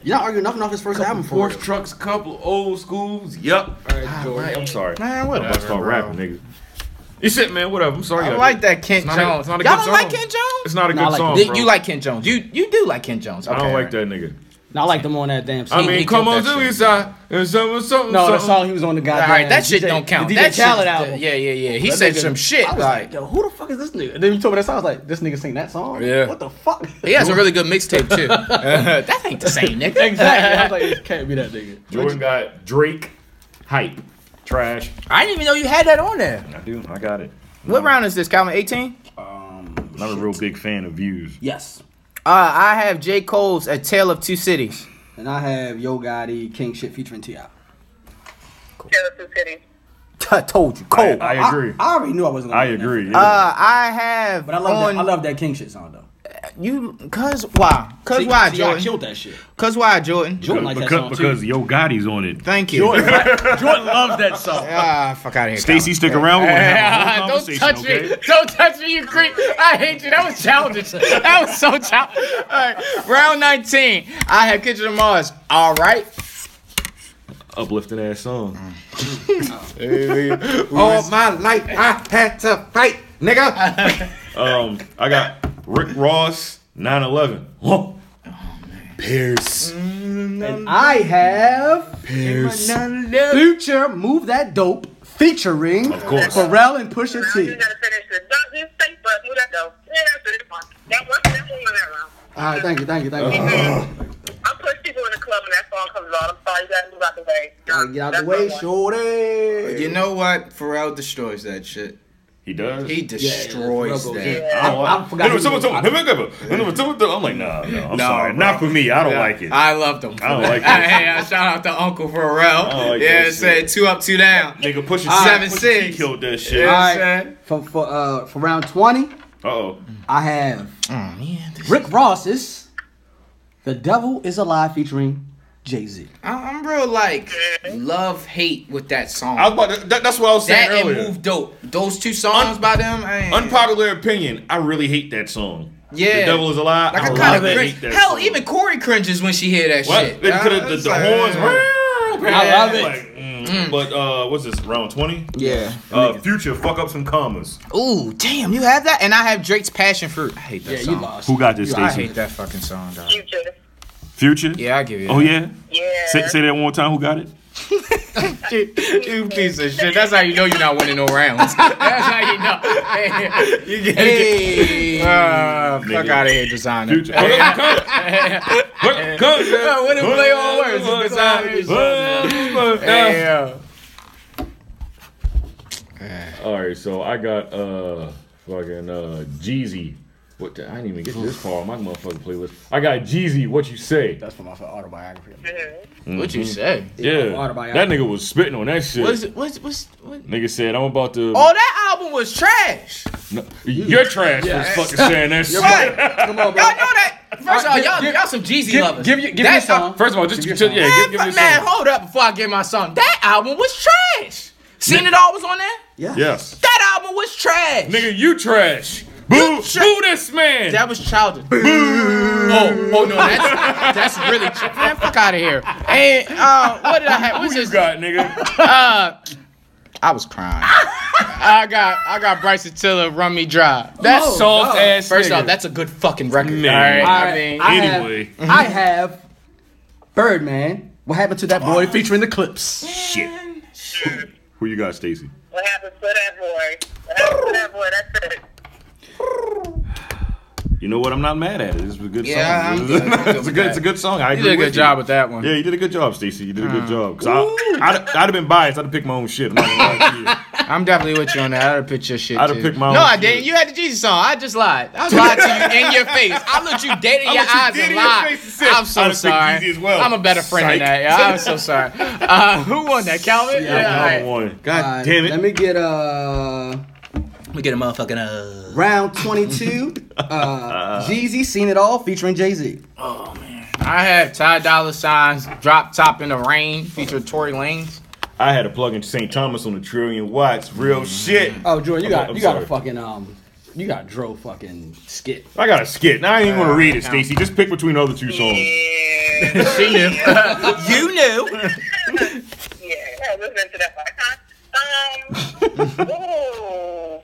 [SPEAKER 2] You're not arguing nothing off his first album for
[SPEAKER 3] Horse
[SPEAKER 2] it.
[SPEAKER 3] trucks, couple old schools. Yup.
[SPEAKER 1] Ah,
[SPEAKER 3] I'm sorry.
[SPEAKER 1] Man,
[SPEAKER 3] I'm about
[SPEAKER 1] whatever.
[SPEAKER 3] to start rapping, nigga. You said, man, whatever. I'm sorry.
[SPEAKER 1] I like that Kent
[SPEAKER 3] It's not a-
[SPEAKER 1] Jones.
[SPEAKER 3] it's not a
[SPEAKER 1] Y'all
[SPEAKER 3] good
[SPEAKER 1] don't like
[SPEAKER 3] song.
[SPEAKER 1] Kent Jones?
[SPEAKER 3] It's not a good
[SPEAKER 2] Nah, I like
[SPEAKER 3] song.
[SPEAKER 2] it.
[SPEAKER 1] Did
[SPEAKER 3] bro.
[SPEAKER 1] you like Kent Jones? You you do like Kent Jones.
[SPEAKER 3] I don't
[SPEAKER 1] Okay,
[SPEAKER 3] like
[SPEAKER 1] right.
[SPEAKER 3] that nigga.
[SPEAKER 2] No, I liked him on that damn
[SPEAKER 3] I
[SPEAKER 2] song.
[SPEAKER 3] mean,
[SPEAKER 1] he
[SPEAKER 3] come
[SPEAKER 1] killed
[SPEAKER 3] on,
[SPEAKER 1] that
[SPEAKER 3] do
[SPEAKER 1] shit.
[SPEAKER 3] it, side. And something, something,
[SPEAKER 2] no, the
[SPEAKER 3] something.
[SPEAKER 2] song he was on the
[SPEAKER 1] All
[SPEAKER 2] goddamn.
[SPEAKER 1] right, that shit
[SPEAKER 2] DJ
[SPEAKER 1] don't count.
[SPEAKER 2] The DJ
[SPEAKER 1] that shit,
[SPEAKER 2] Khaled album.
[SPEAKER 1] Yeah, yeah, yeah. He
[SPEAKER 2] That
[SPEAKER 1] said
[SPEAKER 2] nigga-
[SPEAKER 1] some shit.
[SPEAKER 2] I was
[SPEAKER 1] like,
[SPEAKER 2] like, yo, who the fuck is this nigga? And then you told me that song. I was like, this nigga sing that song?
[SPEAKER 1] Yeah.
[SPEAKER 2] What the fuck?
[SPEAKER 1] he has a really good mixtape too. that ain't the same nigga.
[SPEAKER 2] exactly. I was like, it can't be that nigga.
[SPEAKER 3] Jordan got Drake, hype, trash.
[SPEAKER 1] I didn't even know you had that on there.
[SPEAKER 3] I do. I got it.
[SPEAKER 1] What round is this, Calvin? 18?
[SPEAKER 2] Um,
[SPEAKER 3] I'm a real big fan of views.
[SPEAKER 2] yes.
[SPEAKER 1] Uh, I have J. Cole's A Tale of Two Cities.
[SPEAKER 2] And I have Yo Gotti, King Shit featuring T.I.
[SPEAKER 5] Tale of Two Cities.
[SPEAKER 1] I told you, Cole.
[SPEAKER 3] I,
[SPEAKER 2] I-
[SPEAKER 3] I agree.
[SPEAKER 2] I, already knew I wasn't
[SPEAKER 3] I
[SPEAKER 2] gonna win that.
[SPEAKER 3] agree. yeah.
[SPEAKER 1] uh, I have
[SPEAKER 2] But I love
[SPEAKER 1] on
[SPEAKER 2] that. I love that King Shit song though.
[SPEAKER 1] you, cause why? Cause why,
[SPEAKER 2] T.I.
[SPEAKER 1] Jordan?
[SPEAKER 2] killed that shit.
[SPEAKER 1] Cause why, Jordan?
[SPEAKER 2] Jordan liked that
[SPEAKER 3] because
[SPEAKER 2] song too.
[SPEAKER 3] because Yo Gotti's on it.
[SPEAKER 1] Thank you.
[SPEAKER 2] Jordan, Jordan loves that song.
[SPEAKER 1] Ah, fuck out of here.
[SPEAKER 3] Stacy, stick around. We're gonna have a
[SPEAKER 1] Ah,
[SPEAKER 3] whole
[SPEAKER 1] don't
[SPEAKER 3] conversation,
[SPEAKER 1] touch
[SPEAKER 3] okay?
[SPEAKER 1] me. Don't touch me, you creep. I hate you. That was childish. That was so childish. All right. Round 19. I have Kitchen of Mars. All right.
[SPEAKER 3] Uplifting ass song.
[SPEAKER 1] All my life, I had to fight, nigga.
[SPEAKER 3] Um, I got Rick Ross, 9/11. Whoa. Pierce.
[SPEAKER 2] And I have
[SPEAKER 3] Pierce.
[SPEAKER 2] Future Move That Dope featuring
[SPEAKER 3] Of course.
[SPEAKER 2] Pharrell and Pusha
[SPEAKER 5] Now
[SPEAKER 2] T.
[SPEAKER 5] you gotta finish the Don't just say but who that though. Yeah, that's it. That one, that one, that round.
[SPEAKER 2] All right, thank you, thank you, thank you.
[SPEAKER 5] sorry, you gotta move out the way.
[SPEAKER 2] Gotta get out
[SPEAKER 5] That's
[SPEAKER 2] the way,
[SPEAKER 5] my one.
[SPEAKER 2] shorty.
[SPEAKER 1] You know what? Pharrell destroys that shit.
[SPEAKER 3] He does.
[SPEAKER 1] He destroys
[SPEAKER 2] Pharrell goes
[SPEAKER 1] that.
[SPEAKER 3] I
[SPEAKER 2] in.
[SPEAKER 3] don't
[SPEAKER 2] I- I
[SPEAKER 3] like-
[SPEAKER 2] forgot
[SPEAKER 3] Number
[SPEAKER 2] he
[SPEAKER 3] two,
[SPEAKER 2] was-
[SPEAKER 3] two, number two, number two, two. I'm like, nah, no, I'm
[SPEAKER 1] No,
[SPEAKER 3] sorry.
[SPEAKER 1] bro.
[SPEAKER 3] Not for me. I don't like it.
[SPEAKER 1] I loved him.
[SPEAKER 3] I don't like it.
[SPEAKER 1] hey, uh, shout out to Uncle Pharrell.
[SPEAKER 3] I like
[SPEAKER 1] yeah,
[SPEAKER 3] that
[SPEAKER 1] it said
[SPEAKER 3] shit.
[SPEAKER 1] two up, two down.
[SPEAKER 3] Nigga, push your
[SPEAKER 1] Seven,
[SPEAKER 3] He
[SPEAKER 1] six.
[SPEAKER 3] killed that shit.
[SPEAKER 1] Yeah.
[SPEAKER 2] All
[SPEAKER 1] Yes,
[SPEAKER 2] right.
[SPEAKER 1] sir.
[SPEAKER 2] For for uh for round twenty,
[SPEAKER 3] Uh oh.
[SPEAKER 2] I have
[SPEAKER 1] Oh man, this-
[SPEAKER 2] Rick Ross's "The Devil Is Alive" featuring Jay Z.
[SPEAKER 1] I- I'm real like love hate with that song.
[SPEAKER 3] I was about to, that, that's what I was saying
[SPEAKER 1] that and
[SPEAKER 3] earlier.
[SPEAKER 1] move dope. Those two songs by them. I ain't-
[SPEAKER 3] Unpopular opinion. I really hate that song.
[SPEAKER 1] Yeah.
[SPEAKER 3] The devil is a lie.
[SPEAKER 1] Like I,
[SPEAKER 3] I,
[SPEAKER 1] kind
[SPEAKER 3] really
[SPEAKER 1] of
[SPEAKER 3] hate
[SPEAKER 1] cringe.
[SPEAKER 3] that
[SPEAKER 1] Hell,
[SPEAKER 3] song.
[SPEAKER 1] even Corey cringes when she hear that
[SPEAKER 3] what?
[SPEAKER 1] shit.
[SPEAKER 3] It could have
[SPEAKER 1] Uh,
[SPEAKER 3] the,
[SPEAKER 1] it's
[SPEAKER 3] the
[SPEAKER 1] like-
[SPEAKER 3] horns.
[SPEAKER 1] I love it.
[SPEAKER 3] Like, mm. But uh, what's this round twenty?
[SPEAKER 1] Yeah.
[SPEAKER 3] Uh, future, fuck up some commas.
[SPEAKER 1] Ooh, damn, you have that, and I have Drake's Passion Fruit. I hate that
[SPEAKER 2] Yeah,
[SPEAKER 1] song.
[SPEAKER 2] you lost.
[SPEAKER 3] Who got this,
[SPEAKER 2] You- I
[SPEAKER 3] Stacey?
[SPEAKER 2] hate that.
[SPEAKER 1] that fucking song, dog.
[SPEAKER 5] Future.
[SPEAKER 3] Future.
[SPEAKER 1] Yeah, I give you.
[SPEAKER 3] Oh yeah.
[SPEAKER 5] Yeah.
[SPEAKER 3] Say, say that one more time. Who got it?
[SPEAKER 1] that. you piece of shit. That's how you know you're not winning no rounds. That's how you know. you get, hey. Uh, fuck
[SPEAKER 3] Nigga.
[SPEAKER 1] out of here, designer.
[SPEAKER 3] Future. Fuck up some commas. Fuck up some
[SPEAKER 1] Uh, what a play on words.
[SPEAKER 3] Fuck
[SPEAKER 1] It's beside me.
[SPEAKER 3] commas.
[SPEAKER 1] Hey, yo.
[SPEAKER 3] All right, so I got uh fucking uh Jeezy. What the, I didn't even get this far on my motherfucking playlist. I got Jeezy. What you say?
[SPEAKER 2] That's from my autobiography.
[SPEAKER 1] What'd you say?
[SPEAKER 3] Yeah,
[SPEAKER 2] autobiography.
[SPEAKER 3] that nigga was spitting on that shit.
[SPEAKER 1] What's, what's, what's, what?
[SPEAKER 3] Nigga said I'm about to.
[SPEAKER 1] Oh, that album was trash.
[SPEAKER 3] No, you're trash for fucking saying that shit.
[SPEAKER 1] Right.
[SPEAKER 2] Come on, bro.
[SPEAKER 1] Y'all know that. First of all,
[SPEAKER 2] Give-
[SPEAKER 1] y'all,
[SPEAKER 2] give-
[SPEAKER 1] y'all some Jeezy
[SPEAKER 2] give-
[SPEAKER 1] lovers.
[SPEAKER 2] give you- give me
[SPEAKER 1] That's-
[SPEAKER 2] a song.
[SPEAKER 3] First of all, just,
[SPEAKER 2] Give
[SPEAKER 3] just- yeah,
[SPEAKER 1] Man,
[SPEAKER 3] give, give me
[SPEAKER 1] fu- man,
[SPEAKER 3] some.
[SPEAKER 1] hold up before I get my song. That album was trash. Seen it all was on there.
[SPEAKER 2] Yeah.
[SPEAKER 3] Yes,
[SPEAKER 1] That album was trash.
[SPEAKER 3] nigga, you trash. Boo, boo this man.
[SPEAKER 1] That was childish. Oh, oh no, that's that's really tra- man. Fuck out of here. And uh, what did I have? What's
[SPEAKER 3] Who you
[SPEAKER 1] this?
[SPEAKER 3] got, nigga?
[SPEAKER 1] Uh, I was crying. I got I got Bryson Tiller, Run Me Dry. That's
[SPEAKER 2] Oh,
[SPEAKER 3] Soft
[SPEAKER 2] no.
[SPEAKER 3] ass.
[SPEAKER 1] first
[SPEAKER 3] nigga.
[SPEAKER 1] off, that's a good fucking record.
[SPEAKER 3] Man.
[SPEAKER 1] All
[SPEAKER 2] All
[SPEAKER 1] right, I
[SPEAKER 2] right,
[SPEAKER 1] mean,
[SPEAKER 2] I have-
[SPEAKER 3] Anyway.
[SPEAKER 2] I have Birdman. What happened to that boy featuring the clips?
[SPEAKER 3] shit. Who you got, Stacy?
[SPEAKER 5] What happens to that boy? What happens to that boy? That's it.
[SPEAKER 3] You know what? I'm not mad at it. This was a good
[SPEAKER 1] Yeah,
[SPEAKER 3] song.
[SPEAKER 1] I'm good. I'm good
[SPEAKER 3] it's a
[SPEAKER 1] with
[SPEAKER 3] good.
[SPEAKER 1] that.
[SPEAKER 3] It's a good song. I
[SPEAKER 1] you
[SPEAKER 3] agree
[SPEAKER 1] did a good
[SPEAKER 3] with
[SPEAKER 1] job
[SPEAKER 3] you.
[SPEAKER 1] with that one.
[SPEAKER 3] Yeah, you did a good job, Stacey. You did a good job. Cause I, I'd, I'd have been biased. I'd have picked my own shit. I'm not gonna lie to you.
[SPEAKER 1] I'm definitely with you on that. I'd have picked your shit.
[SPEAKER 3] I'd have
[SPEAKER 1] too.
[SPEAKER 3] picked my own
[SPEAKER 1] No, I
[SPEAKER 3] shit.
[SPEAKER 1] didn't. You had the Jesus song. I just lied. I lied to you in your face. I looked you dead in
[SPEAKER 3] I
[SPEAKER 1] your
[SPEAKER 3] looked you
[SPEAKER 1] eyes
[SPEAKER 3] dead
[SPEAKER 1] and
[SPEAKER 3] in your
[SPEAKER 1] lied.
[SPEAKER 3] face and said,
[SPEAKER 1] I'm so
[SPEAKER 3] I'd have picked
[SPEAKER 1] sorry.
[SPEAKER 3] Yeezy as well.
[SPEAKER 1] I'm a better friend than that.
[SPEAKER 3] Psych.
[SPEAKER 1] Yeah, I'm so sorry. Uh, who won that, Calvin?
[SPEAKER 2] Yeah,
[SPEAKER 3] Number
[SPEAKER 1] alright.
[SPEAKER 3] one.
[SPEAKER 2] All
[SPEAKER 3] God
[SPEAKER 2] right,
[SPEAKER 3] damn it.
[SPEAKER 2] Let me get uh
[SPEAKER 1] Let me get a motherfucking. Uh...
[SPEAKER 2] round twenty-two. uh, Jeezy, seen it all, featuring Jay Z.
[SPEAKER 1] I have Ty Dolla Sign's "Drop Top in the Rain" featured Tory Lanez.
[SPEAKER 3] I had to plug in St. Thomas on a trillion watts. Real shit.
[SPEAKER 2] Oh, Jordan, you
[SPEAKER 3] I'm-
[SPEAKER 2] got
[SPEAKER 3] I'm
[SPEAKER 2] you got
[SPEAKER 3] sorry.
[SPEAKER 2] a fucking um, you got a Dro fucking skit.
[SPEAKER 3] I got a skit. Now I ain't even gonna read it, Stacey. Just pick between the other two songs.
[SPEAKER 5] Yeah.
[SPEAKER 1] She knew. you knew.
[SPEAKER 5] yeah. I listening to that part, huh? Um. ooh.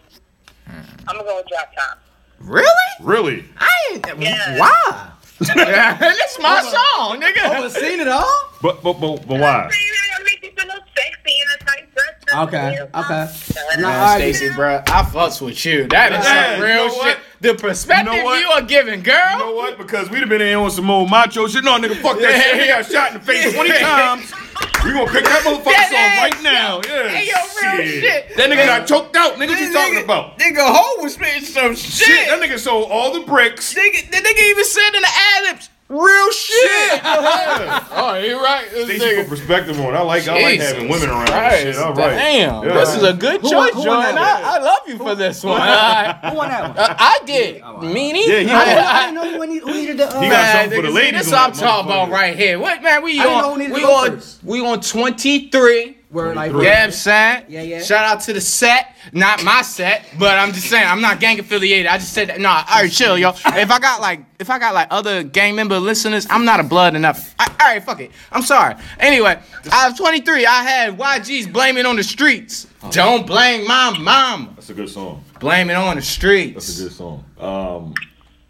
[SPEAKER 5] I'm gonna go with drop top.
[SPEAKER 1] Really?
[SPEAKER 3] Really?
[SPEAKER 1] I ain't.
[SPEAKER 5] Yeah.
[SPEAKER 1] Why? That's my song, nigga.
[SPEAKER 2] But seen it all?
[SPEAKER 3] But but but, but why?
[SPEAKER 5] See, that make you feel sexy in a tight dress.
[SPEAKER 2] Okay, okay. Nah,
[SPEAKER 5] Yeah.
[SPEAKER 2] all right.
[SPEAKER 1] Stacy, bro, I fucks with you. That is
[SPEAKER 3] Yeah,
[SPEAKER 1] some real
[SPEAKER 3] you know what?
[SPEAKER 1] shit. The perspective
[SPEAKER 3] You
[SPEAKER 1] you,
[SPEAKER 3] know what?
[SPEAKER 1] are giving, girl.
[SPEAKER 3] You know what? Because we'd have been in here on some old macho shit. No, nigga, fuck that shit. He got shot in the face 20 times. We gonna pick that motherfucker
[SPEAKER 1] That
[SPEAKER 3] song
[SPEAKER 1] ass.
[SPEAKER 3] right now. Yeah.
[SPEAKER 1] Hey, yo, real shit.
[SPEAKER 3] That nigga got choked out. Nigga, what you talking about?
[SPEAKER 1] Nigga, Ho was spitting some shit.
[SPEAKER 3] Shit, that nigga sold all the bricks.
[SPEAKER 1] nigga, the nigga even said in the ad-libs, real shit. oh, you right. This
[SPEAKER 3] They should put perspective on. it. I like I like
[SPEAKER 1] Jesus
[SPEAKER 3] having women around. and
[SPEAKER 1] Christ.
[SPEAKER 3] Shit. All right.
[SPEAKER 1] Damn,
[SPEAKER 3] Yeah.
[SPEAKER 1] this is a good
[SPEAKER 2] Who-
[SPEAKER 1] choice,
[SPEAKER 2] who won
[SPEAKER 1] Jordan.
[SPEAKER 2] that
[SPEAKER 1] I, I love you for this one. I,
[SPEAKER 2] Who won that one?
[SPEAKER 1] I did. Meanie.
[SPEAKER 3] Yeah, he
[SPEAKER 1] I-
[SPEAKER 3] won.
[SPEAKER 2] I
[SPEAKER 1] I-
[SPEAKER 2] didn't know who, need- who needed the. Uh,
[SPEAKER 3] He got- something for the
[SPEAKER 1] nigga,
[SPEAKER 3] ladies
[SPEAKER 1] This is
[SPEAKER 3] on
[SPEAKER 1] what I'm
[SPEAKER 3] that
[SPEAKER 1] talking about
[SPEAKER 3] motherfucker.
[SPEAKER 1] right here. What man? We
[SPEAKER 2] I didn't know
[SPEAKER 1] on
[SPEAKER 2] we needed
[SPEAKER 1] we
[SPEAKER 2] to go
[SPEAKER 1] on
[SPEAKER 2] first.
[SPEAKER 1] we on 23.
[SPEAKER 2] We're like,
[SPEAKER 1] Yeah, I'm saying.
[SPEAKER 2] Yeah, yeah.
[SPEAKER 1] Shout out to the set, not my set, but I'm just saying I'm not gang affiliated. I just said that. Nah, all right, chill, yo. If I got like, if I got like other gang member listeners, I'm not a blood enough. I, all right, fuck it. I'm sorry. Anyway, I was 23. I had YG's blaming on the streets. Don't blame my mom.
[SPEAKER 3] That's a good song.
[SPEAKER 1] Blame it on the
[SPEAKER 3] That's
[SPEAKER 1] streets.
[SPEAKER 3] a good song. Um,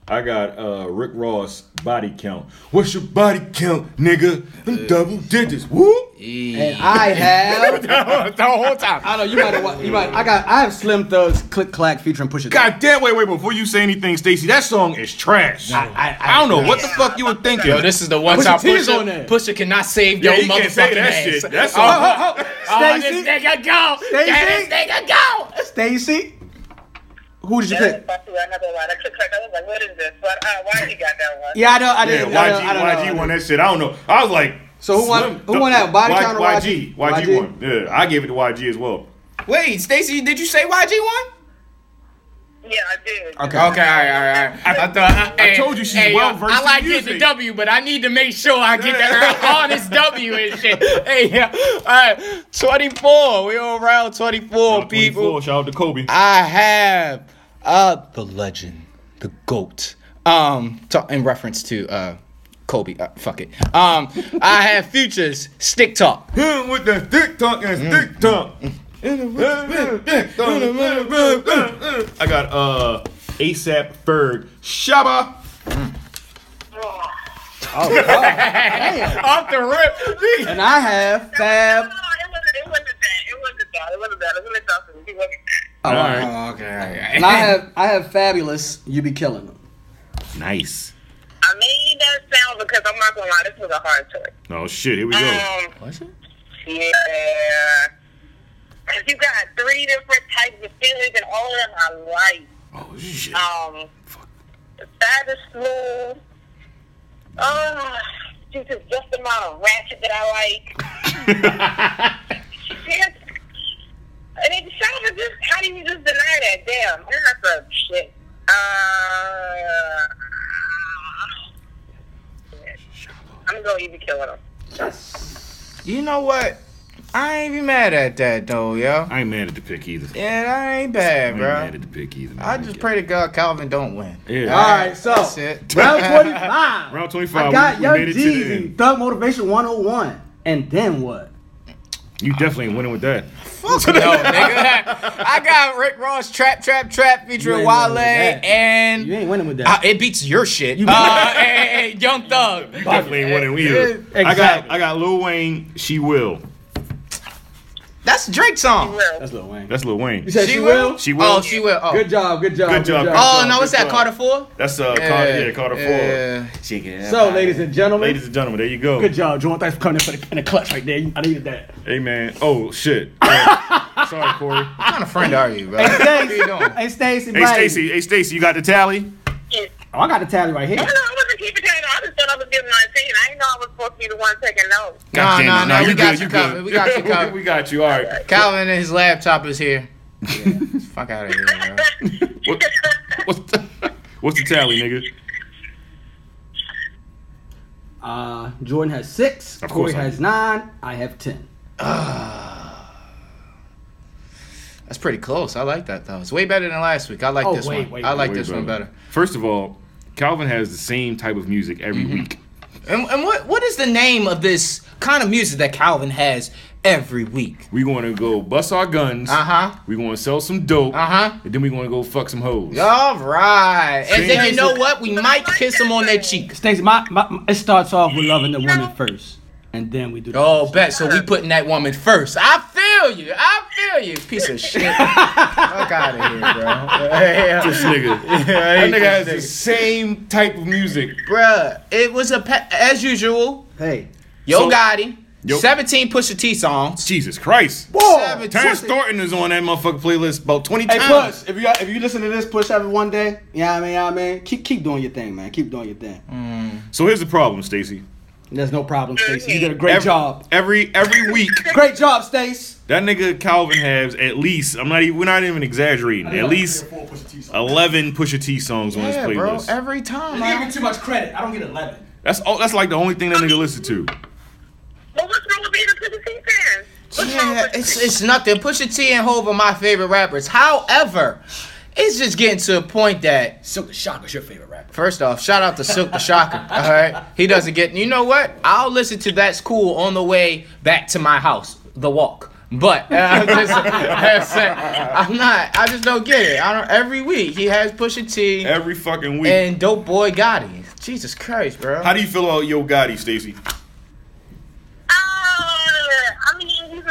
[SPEAKER 3] I got uh, Rick Ross body count. What's your body count, nigga? Them double digits. Whoop.
[SPEAKER 2] And I have.
[SPEAKER 6] the whole time.
[SPEAKER 2] I know you might have. wa- You might. I got. I have Slim Thug's Click Clack featuring Pusha. T.
[SPEAKER 3] God damn, wait, wait, before you say anything, Stacy, that song is trash. I,
[SPEAKER 2] I-
[SPEAKER 3] don't know what the fuck you were thinking.
[SPEAKER 1] Yo, this is the one
[SPEAKER 2] Pusha
[SPEAKER 1] time
[SPEAKER 2] T is on
[SPEAKER 1] Pusha,
[SPEAKER 2] there.
[SPEAKER 1] Pusha cannot save
[SPEAKER 3] yeah,
[SPEAKER 1] your
[SPEAKER 3] he can't say
[SPEAKER 1] motherfucking
[SPEAKER 3] that
[SPEAKER 1] ass.
[SPEAKER 3] shit. That's
[SPEAKER 1] oh,
[SPEAKER 3] all.
[SPEAKER 1] oh,
[SPEAKER 2] Stacey?
[SPEAKER 1] this nigga go.
[SPEAKER 2] Stacey?
[SPEAKER 1] That nigga go.
[SPEAKER 2] Stacy. Who did you
[SPEAKER 5] That was
[SPEAKER 2] pick?
[SPEAKER 5] fucking another one. I took like, I was like, what is this? What, uh, why you got that one?
[SPEAKER 2] Yeah, I know. I
[SPEAKER 3] Yeah,
[SPEAKER 2] didn't. I
[SPEAKER 3] YG,
[SPEAKER 2] don't, I
[SPEAKER 3] YG
[SPEAKER 2] don't know.
[SPEAKER 3] won that shit. I don't know. I was like,
[SPEAKER 2] So who won-
[SPEAKER 3] Slim-
[SPEAKER 2] who won that? Body
[SPEAKER 3] Y-
[SPEAKER 2] count or
[SPEAKER 3] YG?
[SPEAKER 2] YG?
[SPEAKER 3] YG won. Yeah, I gave it to YG as well.
[SPEAKER 1] Wait, Stacy, did you say YG one?
[SPEAKER 5] Yeah, I did.
[SPEAKER 2] Okay.
[SPEAKER 1] Okay, all right, all right. All right. I, thought I,
[SPEAKER 3] I
[SPEAKER 1] hey,
[SPEAKER 3] told you she's
[SPEAKER 1] hey, yo,
[SPEAKER 3] well-versed
[SPEAKER 1] I like
[SPEAKER 3] in
[SPEAKER 1] getting the
[SPEAKER 3] music.
[SPEAKER 1] W, but I need to make sure I get that honest W and shit. Hey, yeah. all right, twenty four. We on round twenty four, people.
[SPEAKER 3] 24, Shout out to Kobe.
[SPEAKER 1] I have uh
[SPEAKER 2] The legend, the goat.
[SPEAKER 1] um to, in reference to uh Kobe. Uh, fuck it. Um, I have futures stick talk.
[SPEAKER 3] Him with the thick tongue and stick tongue. I got uh ASAP Ferg Shabba.
[SPEAKER 5] Oh.
[SPEAKER 1] Off the rip.
[SPEAKER 2] And I have Fab.
[SPEAKER 5] No, it wasn't, it wasn't that. It wasn't that. It wasn't that. It wasn't that. It wasn't that.
[SPEAKER 2] Oh,
[SPEAKER 3] right.
[SPEAKER 2] oh, okay. And I have I have fabulous. You be killing them.
[SPEAKER 3] Nice.
[SPEAKER 5] I made that sound because I'm not gonna lie, this was a hard choice.
[SPEAKER 3] Oh shit, here we go.
[SPEAKER 5] Um, yeah, 'Cause you got three different types of feelings, and all of them I like.
[SPEAKER 3] Oh shit.
[SPEAKER 5] Um, that is smooth. Oh, this is just the amount of ratchet that I like. Shit. And it sounded just, how do you just deny that? Damn, that's a shit. Uh, shit. I'm going to even kill him.
[SPEAKER 1] You know what? I ain't even mad at that though, yo.
[SPEAKER 3] I ain't mad at the pick either.
[SPEAKER 1] Yeah, that ain't
[SPEAKER 3] I
[SPEAKER 1] bad,
[SPEAKER 3] ain't
[SPEAKER 1] bro.
[SPEAKER 3] mad at the pick either. man.
[SPEAKER 1] I just pray to God Calvin don't win.
[SPEAKER 3] Yeah.
[SPEAKER 2] All right, so
[SPEAKER 1] That's it.
[SPEAKER 2] round twenty five.
[SPEAKER 3] Round 25.
[SPEAKER 2] I got
[SPEAKER 3] we,
[SPEAKER 2] Young
[SPEAKER 3] we made it to the
[SPEAKER 2] Jeezy,
[SPEAKER 3] end.
[SPEAKER 2] Thug Motivation 101. And then what?
[SPEAKER 3] You definitely ain't winning with that.
[SPEAKER 1] Fuck no, nigga. I got Rick Ross Trap Trap Trap featuring
[SPEAKER 2] You ain't winning
[SPEAKER 1] Wale
[SPEAKER 2] with that.
[SPEAKER 1] and
[SPEAKER 2] You ain't winning with
[SPEAKER 1] Uh,
[SPEAKER 2] that.
[SPEAKER 1] it beats your shit.
[SPEAKER 2] You-
[SPEAKER 1] uh, hey, hey, Young Thug.
[SPEAKER 3] Definitely ain't winning either.
[SPEAKER 2] eh,
[SPEAKER 3] I got
[SPEAKER 2] exactly.
[SPEAKER 3] I got Lil Wayne, She Will.
[SPEAKER 1] That's Drake's song.
[SPEAKER 5] Will.
[SPEAKER 2] That's Lil Wayne.
[SPEAKER 3] That's Lil Wayne.
[SPEAKER 2] You said she, will?
[SPEAKER 3] She Will.
[SPEAKER 1] Oh, she will. Oh,
[SPEAKER 2] Good job, good job.
[SPEAKER 3] Good job.
[SPEAKER 1] oh
[SPEAKER 3] job,
[SPEAKER 1] no, what's
[SPEAKER 3] good
[SPEAKER 1] that?
[SPEAKER 3] job.
[SPEAKER 1] Carter Four.
[SPEAKER 3] That's uh Carter, yeah, Carter Ford.
[SPEAKER 1] Chicken.
[SPEAKER 2] So, ladies and gentlemen,
[SPEAKER 3] Ladies and gentlemen, there you go.
[SPEAKER 2] good job, Jordan. Thanks for coming in, for the, in the clutch right there. I needed that.
[SPEAKER 3] Hey man. Oh shit. Yeah. Sorry, Corey.
[SPEAKER 1] what kind of friend are you, bro?
[SPEAKER 2] Stacy.
[SPEAKER 1] What you doing?
[SPEAKER 2] Hey, Stacy.
[SPEAKER 3] Hey Stacy, hey Stacy, you got the tally?
[SPEAKER 5] Yeah.
[SPEAKER 2] Oh, I got the tally right here.
[SPEAKER 5] No, no, I wasn't keeping that. I just thought I was giving 19. I didn't know I was supposed to be the one taking notes.
[SPEAKER 1] Nah,
[SPEAKER 3] damn
[SPEAKER 1] nah,
[SPEAKER 3] it.
[SPEAKER 1] nah, we
[SPEAKER 3] you
[SPEAKER 1] got
[SPEAKER 3] good,
[SPEAKER 1] you
[SPEAKER 3] you
[SPEAKER 1] covered.
[SPEAKER 3] good.
[SPEAKER 1] We got you covered.
[SPEAKER 3] we got you. All right.
[SPEAKER 1] Calvin and his laptop is here. Yeah, fuck out of here, bro.
[SPEAKER 3] What, what's, the, what's the tally, nigga?
[SPEAKER 2] Uh, Jordan has six.
[SPEAKER 3] Of
[SPEAKER 2] Corey
[SPEAKER 3] course I
[SPEAKER 2] has
[SPEAKER 3] do.
[SPEAKER 2] nine. I have ten.
[SPEAKER 1] That's pretty close. I like that though. It's way better than last week. I like
[SPEAKER 2] Oh,
[SPEAKER 1] this
[SPEAKER 2] wait,
[SPEAKER 1] one.
[SPEAKER 2] wait,
[SPEAKER 1] I like
[SPEAKER 3] Way
[SPEAKER 1] this one better.
[SPEAKER 3] First of all, Calvin has the same type of music every
[SPEAKER 1] Mm-hmm.
[SPEAKER 3] week.
[SPEAKER 1] And, and what what is the name of this kind of music that Calvin has every week?
[SPEAKER 3] We going to go bust our guns.
[SPEAKER 1] Uh huh.
[SPEAKER 3] We going to sell some dope.
[SPEAKER 1] Uh huh.
[SPEAKER 3] And then we going to go fuck some hoes.
[SPEAKER 1] All right. And then you
[SPEAKER 2] Seriously.
[SPEAKER 1] know what? We might kiss him on their cheek.
[SPEAKER 2] Stacey, my, my, my- it starts off with loving the woman first, and then we do. The
[SPEAKER 1] Oh, bet. So we putting that woman first. I feel you. I feel you. Piece of shit. Fuck out of here, bro.
[SPEAKER 3] This nigga. that nigga has the same type of music.
[SPEAKER 1] Bruh, it was a pe- as usual.
[SPEAKER 2] Hey,
[SPEAKER 1] Yo
[SPEAKER 3] So-
[SPEAKER 1] Gotti.
[SPEAKER 3] Yo-
[SPEAKER 1] 17 Pusha T songs.
[SPEAKER 3] Jesus Christ.
[SPEAKER 2] whoa!
[SPEAKER 3] Oh, Terrence Thornton is on that motherfucking playlist about 20
[SPEAKER 2] Hey,
[SPEAKER 3] times.
[SPEAKER 2] push! If you got, if you listen to this, push every one day. Yeah, you know what I mean, yeah, you know what I mean, keep keep doing your thing, man. Keep doing your thing.
[SPEAKER 3] So here's the problem, Stacy.
[SPEAKER 2] There's no problem, Stacey. You did a great
[SPEAKER 3] Every-
[SPEAKER 2] job.
[SPEAKER 3] Every every week,
[SPEAKER 2] Great job, Stace.
[SPEAKER 3] that nigga Calvin has at least I'm not even we're not even exaggerating. At least eleven Pusha T songs on his
[SPEAKER 1] Yeah, bro.
[SPEAKER 3] playlist.
[SPEAKER 1] Every time.
[SPEAKER 2] You're
[SPEAKER 1] I-
[SPEAKER 2] giving too much credit. I don't get eleven.
[SPEAKER 3] That's all. That's like the only thing that nigga listen to.
[SPEAKER 5] Well, what's wrong with being a Pusha T fan? What's wrong
[SPEAKER 1] Yeah,
[SPEAKER 5] with
[SPEAKER 1] it's it's nothing. Pusha T and Hov are my favorite rappers. However, it's just getting to a point that
[SPEAKER 2] Silk the Shocker's your favorite rapper.
[SPEAKER 1] First off, shout out to Silk the Shocker. All right, he doesn't get. You know what? I'll listen to that's cool on the way back to my house, the walk. But uh, I'm just, I'm saying, I'm not. I just don't get it. I don't. Every week he has Pusha T
[SPEAKER 3] Every fucking week.
[SPEAKER 1] and Dope Boy Gotti. Jesus Christ, bro.
[SPEAKER 3] How do you feel about Yo Gotti, Stacy?
[SPEAKER 5] Oh,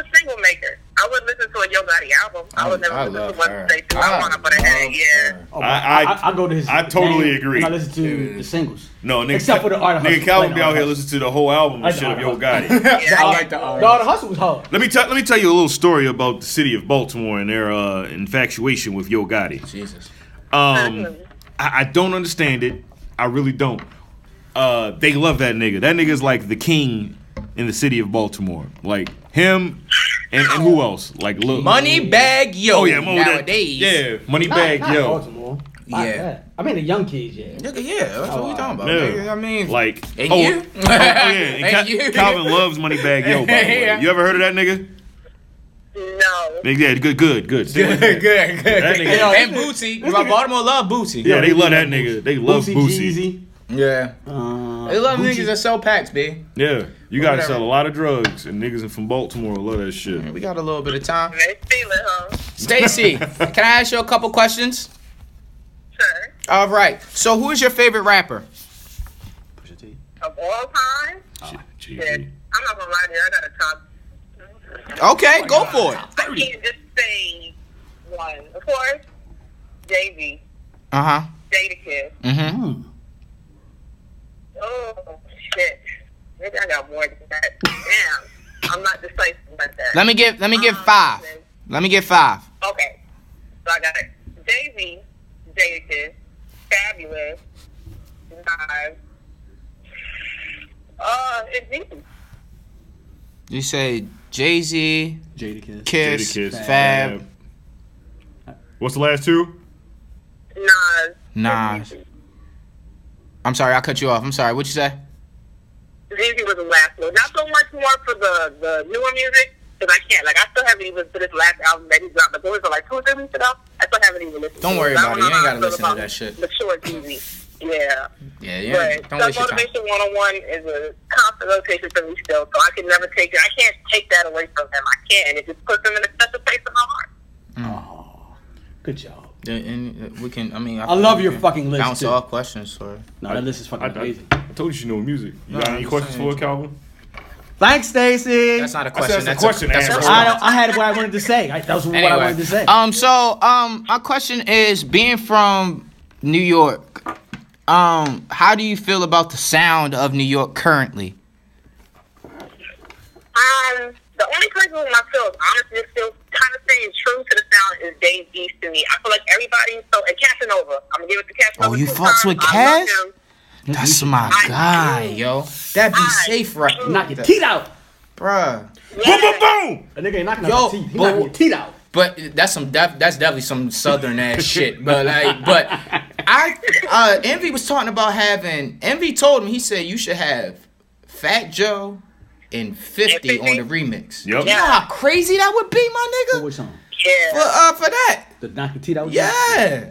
[SPEAKER 5] album. I would never
[SPEAKER 1] I
[SPEAKER 5] listen
[SPEAKER 1] love
[SPEAKER 5] to one
[SPEAKER 1] her.
[SPEAKER 5] straight through. I want to put it in, yeah.
[SPEAKER 2] Oh,
[SPEAKER 3] I-
[SPEAKER 2] but
[SPEAKER 3] I-
[SPEAKER 2] go to his.
[SPEAKER 3] I totally
[SPEAKER 2] name
[SPEAKER 3] agree.
[SPEAKER 2] and I listen to the singles.
[SPEAKER 3] No, nigga.
[SPEAKER 2] Except for the Art of
[SPEAKER 3] Nigga,
[SPEAKER 2] Hustle.
[SPEAKER 3] Calvin
[SPEAKER 2] Like
[SPEAKER 3] be
[SPEAKER 2] the
[SPEAKER 3] out
[SPEAKER 2] Art
[SPEAKER 3] here
[SPEAKER 2] of
[SPEAKER 3] listening to the whole album and
[SPEAKER 2] Like the
[SPEAKER 3] shit of Yo
[SPEAKER 2] Art
[SPEAKER 3] Gotti.
[SPEAKER 5] yeah.
[SPEAKER 1] I like the
[SPEAKER 2] No,
[SPEAKER 1] R.
[SPEAKER 3] uh,
[SPEAKER 2] the hustle was hard.
[SPEAKER 3] Let me tell let me tell you a little story about the city of Baltimore and their uh, infatuation with Yo Gotti.
[SPEAKER 1] Jesus.
[SPEAKER 3] Um, I, I don't understand it. I really don't. Uh, they love that nigga. That nigga's like the king in the city of Baltimore. Like him and, and who else? Like look.
[SPEAKER 1] Money bag yo.
[SPEAKER 3] Oh yeah, Mo- that-
[SPEAKER 1] nowadays.
[SPEAKER 3] Yeah, money
[SPEAKER 2] Not-
[SPEAKER 3] bag
[SPEAKER 2] not
[SPEAKER 3] yo.
[SPEAKER 2] Baltimore.
[SPEAKER 1] Yeah.
[SPEAKER 2] Yeah. I mean, the young kids, yeah.
[SPEAKER 1] Nigga, yeah, that's what we talking about.
[SPEAKER 3] Yeah.
[SPEAKER 1] Nigga. Oh, I mean,
[SPEAKER 3] Like
[SPEAKER 1] And
[SPEAKER 3] oh,
[SPEAKER 1] you?
[SPEAKER 3] oh, yeah, and Ca-
[SPEAKER 1] And you?
[SPEAKER 3] Calvin loves money bag yo. By the way.
[SPEAKER 1] Yeah.
[SPEAKER 3] You ever heard of that nigga?
[SPEAKER 5] No.
[SPEAKER 3] Nigga, Yeah, good, good, good. Stick with
[SPEAKER 1] good,
[SPEAKER 3] that.
[SPEAKER 1] good, good.
[SPEAKER 3] That nigga-
[SPEAKER 1] Yo, and Bootsy. My Baltimore love Bootsy.
[SPEAKER 3] Yeah, they love that nigga. They love
[SPEAKER 2] Boosie,
[SPEAKER 3] Boosie.
[SPEAKER 2] Jeezy.
[SPEAKER 1] Yeah.
[SPEAKER 2] Uh,
[SPEAKER 1] They love
[SPEAKER 2] Gucci.
[SPEAKER 1] niggas that sell packs, B.
[SPEAKER 3] Yeah, you gotta
[SPEAKER 1] Whatever.
[SPEAKER 3] sell a lot of drugs, and niggas from Baltimore love that shit.
[SPEAKER 1] We got a little bit of time.
[SPEAKER 5] They feel it, huh?
[SPEAKER 1] Stacy, can I ask you a couple questions?
[SPEAKER 5] Sure.
[SPEAKER 1] All right. So, who is your favorite rapper?
[SPEAKER 2] Pusha T.
[SPEAKER 5] Of all time?
[SPEAKER 3] Shit,
[SPEAKER 5] Yeah.
[SPEAKER 3] Ah,
[SPEAKER 1] Mm-hmm.
[SPEAKER 3] Jeezy.
[SPEAKER 5] I'm not going to lie to you. I got a top.
[SPEAKER 1] Okay, go for it.
[SPEAKER 5] I can't just say one. Of course, Jay-Z.
[SPEAKER 1] Uh huh.
[SPEAKER 5] Jadakiss.
[SPEAKER 1] Mm-hmm.
[SPEAKER 2] Hmm.
[SPEAKER 5] Oh, shit. Maybe I got more than that. Damn. I'm not decisive about that.
[SPEAKER 1] Let me give. Let me give
[SPEAKER 5] Um,
[SPEAKER 1] five. Let me give five.
[SPEAKER 5] Okay. So I got Jay-Z, Jadakiss, Fabulous, Nas, uh, and Nicki.
[SPEAKER 1] You say Jay Z,
[SPEAKER 2] Jada Kiss.
[SPEAKER 1] Kiss,
[SPEAKER 3] Kiss,
[SPEAKER 1] Fab,
[SPEAKER 3] What's the last two?
[SPEAKER 5] Nas,
[SPEAKER 1] Nas. I'm sorry, I cut you off. I'm sorry. What you say?
[SPEAKER 5] Jeezy was the last one. Not so much more for the the newer music because I can't. Like I still haven't even to this last album that he dropped. But there was like two or three weeks ago. I still haven't even listened.
[SPEAKER 1] Don't
[SPEAKER 5] to
[SPEAKER 1] worry
[SPEAKER 5] it. So I
[SPEAKER 1] about
[SPEAKER 5] don't
[SPEAKER 1] it. You
[SPEAKER 5] know
[SPEAKER 1] ain't
[SPEAKER 5] how
[SPEAKER 1] gotta
[SPEAKER 5] I feel
[SPEAKER 1] listen to
[SPEAKER 5] about
[SPEAKER 1] that shit.
[SPEAKER 5] Mature Jeezy. Yeah,
[SPEAKER 1] Yeah, yeah.
[SPEAKER 5] but
[SPEAKER 1] Don't waste your
[SPEAKER 5] Self
[SPEAKER 1] time.
[SPEAKER 5] Motivation 101 is a constant rotation for me still, so I can never take it. I can't take that away from him. I can't, and it just puts him in a special place in my heart.
[SPEAKER 2] Oh, good job.
[SPEAKER 1] Yeah, and uh, we can. I mean,
[SPEAKER 2] I love
[SPEAKER 1] we
[SPEAKER 2] your
[SPEAKER 1] can
[SPEAKER 2] fucking list,
[SPEAKER 1] Bounce
[SPEAKER 2] too.
[SPEAKER 1] off questions or
[SPEAKER 2] No, that list is fucking
[SPEAKER 3] I, I,
[SPEAKER 2] amazing.
[SPEAKER 3] I told you she know music. You got
[SPEAKER 1] I'm
[SPEAKER 3] any
[SPEAKER 1] just
[SPEAKER 3] questions
[SPEAKER 1] saying.
[SPEAKER 3] for her, Calvin?
[SPEAKER 2] Thanks, Stacy.
[SPEAKER 1] that's not a
[SPEAKER 3] said
[SPEAKER 1] question.
[SPEAKER 3] that's
[SPEAKER 1] That's,
[SPEAKER 3] a
[SPEAKER 1] a
[SPEAKER 3] question,
[SPEAKER 1] That's a
[SPEAKER 3] Amber.
[SPEAKER 1] response.
[SPEAKER 2] I, don't, I had what I wanted to say. I, that was what I wanted to say.
[SPEAKER 1] Um, so um, my question is, being from New York, um, how do you feel about the sound of New York currently?
[SPEAKER 5] Um, the only person who I feel is honestly is still kind of staying true to the sound is Dave East to me. I feel like everybody, so and Casanova, I'm gonna give it to Casanova.
[SPEAKER 1] Oh, you
[SPEAKER 5] two
[SPEAKER 1] fucks
[SPEAKER 5] times.
[SPEAKER 1] with
[SPEAKER 5] I love
[SPEAKER 1] Cas?
[SPEAKER 5] him.
[SPEAKER 1] That's my guy, yo. That be
[SPEAKER 5] I-
[SPEAKER 1] safe, right?
[SPEAKER 2] knock your teeth out.
[SPEAKER 1] bruh.
[SPEAKER 3] Boom, boom, boom!
[SPEAKER 2] A nigga ain't knocking
[SPEAKER 1] Yo,
[SPEAKER 2] out your teeth. He knocking
[SPEAKER 1] but-
[SPEAKER 2] your teeth out.
[SPEAKER 1] But that's some def- that's definitely some southern ass shit. But like, but I uh, Envy was talking about having Envy told him he said you should have Fat Joe and Fifty on the remix.
[SPEAKER 3] Yup.
[SPEAKER 1] You know how crazy that would be, my
[SPEAKER 2] What
[SPEAKER 1] nigga.
[SPEAKER 2] was on?
[SPEAKER 1] For
[SPEAKER 5] Yeah.
[SPEAKER 1] uh for that,
[SPEAKER 2] The knock your teeth out.
[SPEAKER 1] yeah,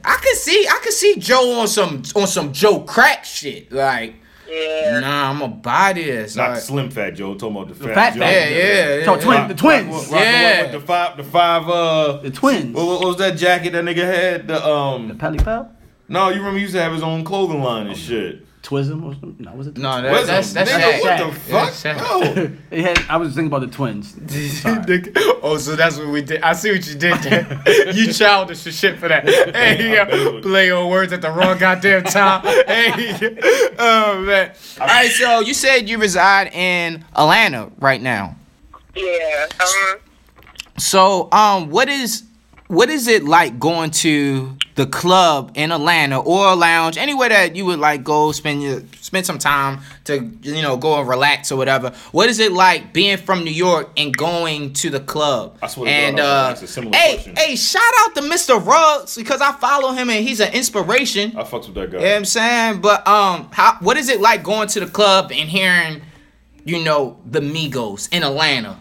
[SPEAKER 1] I could see I could see Joe on some on some Joe crack shit. Like,
[SPEAKER 5] yeah.
[SPEAKER 1] nah, I'ma buy this.
[SPEAKER 3] Not
[SPEAKER 1] Like,
[SPEAKER 3] Slim Fat Joe. Talking about the Fat,
[SPEAKER 2] Fat
[SPEAKER 3] Joe.
[SPEAKER 2] Fat
[SPEAKER 1] yeah, yeah, yeah.
[SPEAKER 2] So twin, the twins.
[SPEAKER 3] Rock, rock,
[SPEAKER 1] Yeah.
[SPEAKER 3] yeah. The five, the five. Uh,
[SPEAKER 2] The twins.
[SPEAKER 3] what, what was that jacket that nigga had? The um.
[SPEAKER 2] Pelly Pop?
[SPEAKER 3] No, you remember he used to have his own clothing line and shit.
[SPEAKER 2] Twism or something? No, was it?
[SPEAKER 1] No,
[SPEAKER 2] Twism?
[SPEAKER 1] that, that's that's sad.
[SPEAKER 3] nigga, what the
[SPEAKER 1] Yeah,
[SPEAKER 3] fuck?
[SPEAKER 1] sad.
[SPEAKER 3] No.
[SPEAKER 2] It had, I was thinking about the twins. Sorry.
[SPEAKER 1] Dick. Oh, so that's what we did. I see what you did there. you childish as shit for that. Hey, yo, play on words at the wrong goddamn time. hey, oh man. All right, so you said you reside in Atlanta right now.
[SPEAKER 5] Yeah. Um,
[SPEAKER 1] So, um, what is what is it like going to the club in Atlanta or a lounge, anywhere that you would like go spend your spend some time to you know go and relax or whatever? What is it like being from New York and going to the club?
[SPEAKER 3] I swear to
[SPEAKER 1] and,
[SPEAKER 3] God, I was
[SPEAKER 1] uh,
[SPEAKER 3] gonna ask a similar
[SPEAKER 1] hey,
[SPEAKER 3] question.
[SPEAKER 1] hey, shout out to Mr. Ruggs because I follow him and he's an inspiration.
[SPEAKER 3] I fucks with that guy.
[SPEAKER 1] You know what I'm saying? But um how what is it like going to the club and hearing, you know, the Migos in Atlanta?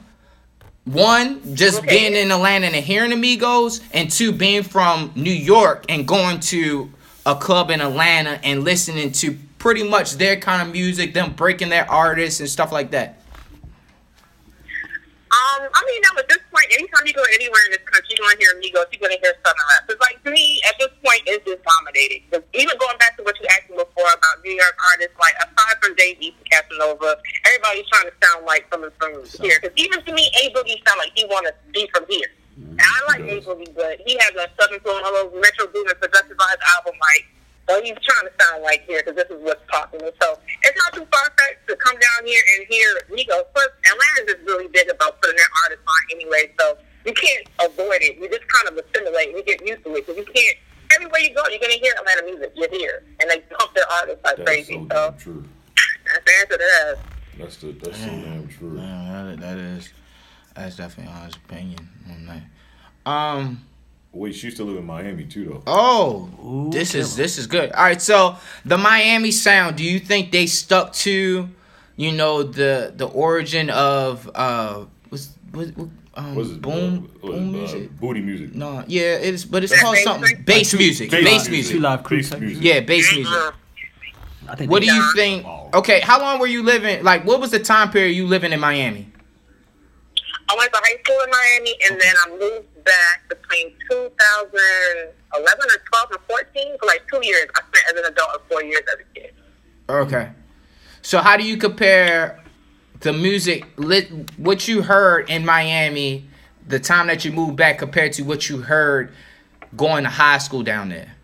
[SPEAKER 1] One, just
[SPEAKER 5] Okay.
[SPEAKER 1] being in Atlanta and hearing the Migos, and two, being from New York and going to a club in Atlanta and listening to pretty much their kind of music, them breaking their artists and stuff like that.
[SPEAKER 5] Um, I mean, now at this point, anytime you go anywhere in this country, you're going to hear Migos, you're going to hear Southern rap. It's like, to me, at this point, it's just dominated. 'Cause even going back to what you asked me before about New York artists, like, aside from Dave East and Casanova, everybody's trying to sound like someone from here. 'Cause even to me, A Boogie sound like he want to be from here. And I like Maple but he has a Southern soul, all those retro boomers productive on his album, like, so he's trying to sound like here because this is what's popular. So it's not too far fetched to come down here and hear Nico. First, Atlanta's is really big about putting their artists on anyway, so you can't avoid it. You just kind of assimilate. You get used to it because you can't. Everywhere you go, you're gonna hear Atlanta music. You're here, and they pump their artists like
[SPEAKER 7] That's
[SPEAKER 5] crazy.
[SPEAKER 7] so damn
[SPEAKER 5] So,
[SPEAKER 7] true.
[SPEAKER 5] that's the answer to that.
[SPEAKER 7] That's the, that's so damn true.
[SPEAKER 1] Man, that, that is that's definitely honest opinion on that. Um.
[SPEAKER 7] Wait, she used to live in Miami too, though.
[SPEAKER 1] Oh, this is this is good. All right, so the Miami sound. Do you think they stuck to, you know, the the origin of uh, was was um,
[SPEAKER 7] What is it?
[SPEAKER 1] boom
[SPEAKER 7] uh, what is it,
[SPEAKER 1] boom
[SPEAKER 7] uh,
[SPEAKER 1] music?
[SPEAKER 7] booty music.
[SPEAKER 1] No, yeah, it's but it's
[SPEAKER 5] That
[SPEAKER 1] called
[SPEAKER 5] bass
[SPEAKER 1] something
[SPEAKER 5] music?
[SPEAKER 1] bass music. Bass music.
[SPEAKER 2] Live Crew
[SPEAKER 7] Bass
[SPEAKER 2] segment.
[SPEAKER 7] music.
[SPEAKER 1] Yeah, bass music.
[SPEAKER 5] Mm-hmm.
[SPEAKER 2] I think
[SPEAKER 1] What
[SPEAKER 2] they-
[SPEAKER 1] do you think? Okay, how long were you living? Like, what was the time period you living in Miami?
[SPEAKER 5] I went to high school in Miami, and then I moved back between 2011 or 12 and 14 for like two years. I spent as an adult and four years as a kid.
[SPEAKER 1] Okay. So how do you compare the music lit what you heard in Miami the time that you moved back compared to what you heard going to high school down there?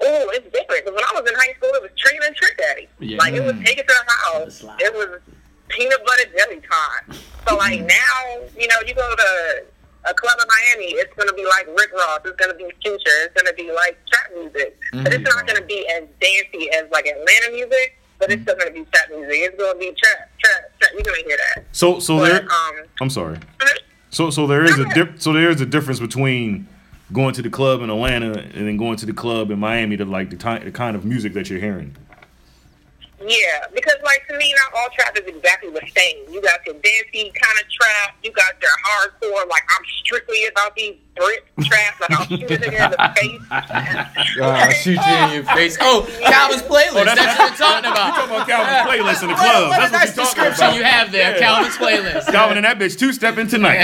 [SPEAKER 5] Oh, it's different. Because when I was in high school, it was Trina and Trick Daddy.
[SPEAKER 2] Yeah.
[SPEAKER 5] Like, it was take it to the house.
[SPEAKER 2] slide.
[SPEAKER 5] It was peanut butter jelly time. So, like, now, you know, you go to a club in Miami, it's going to be like Rick Ross. It's going to be Future. It's going to be like trap music. But it's not going to be as dancey as, like, Atlanta music. But it's still going to be trap music. It's going to be trap, trap, trap. You're going to hear that.
[SPEAKER 3] So so
[SPEAKER 5] But,
[SPEAKER 3] there.
[SPEAKER 5] um,
[SPEAKER 3] I'm sorry. So so there is a dip, so there is a difference between going to the club in Atlanta and then going to the club in Miami to like the, ti- the kind of music that you're hearing.
[SPEAKER 5] Yeah, because like to me, not all trap is exactly the same. You got your dancey kind of trap. You got your hardcore. Like I'm strictly about these brick traps. Like I'll shoot it in the face.
[SPEAKER 1] I'll shoot you in your face. Oh, Calvin's playlist. that's, what you're talking about.
[SPEAKER 3] Talking about Calvin's playlist in the
[SPEAKER 1] What, a-
[SPEAKER 3] club.
[SPEAKER 1] what a
[SPEAKER 3] That's
[SPEAKER 1] nice
[SPEAKER 3] what you're talking
[SPEAKER 1] description
[SPEAKER 3] about.
[SPEAKER 1] you have there, Calvin's playlist.
[SPEAKER 3] Calvin and that bitch two stepping tonight.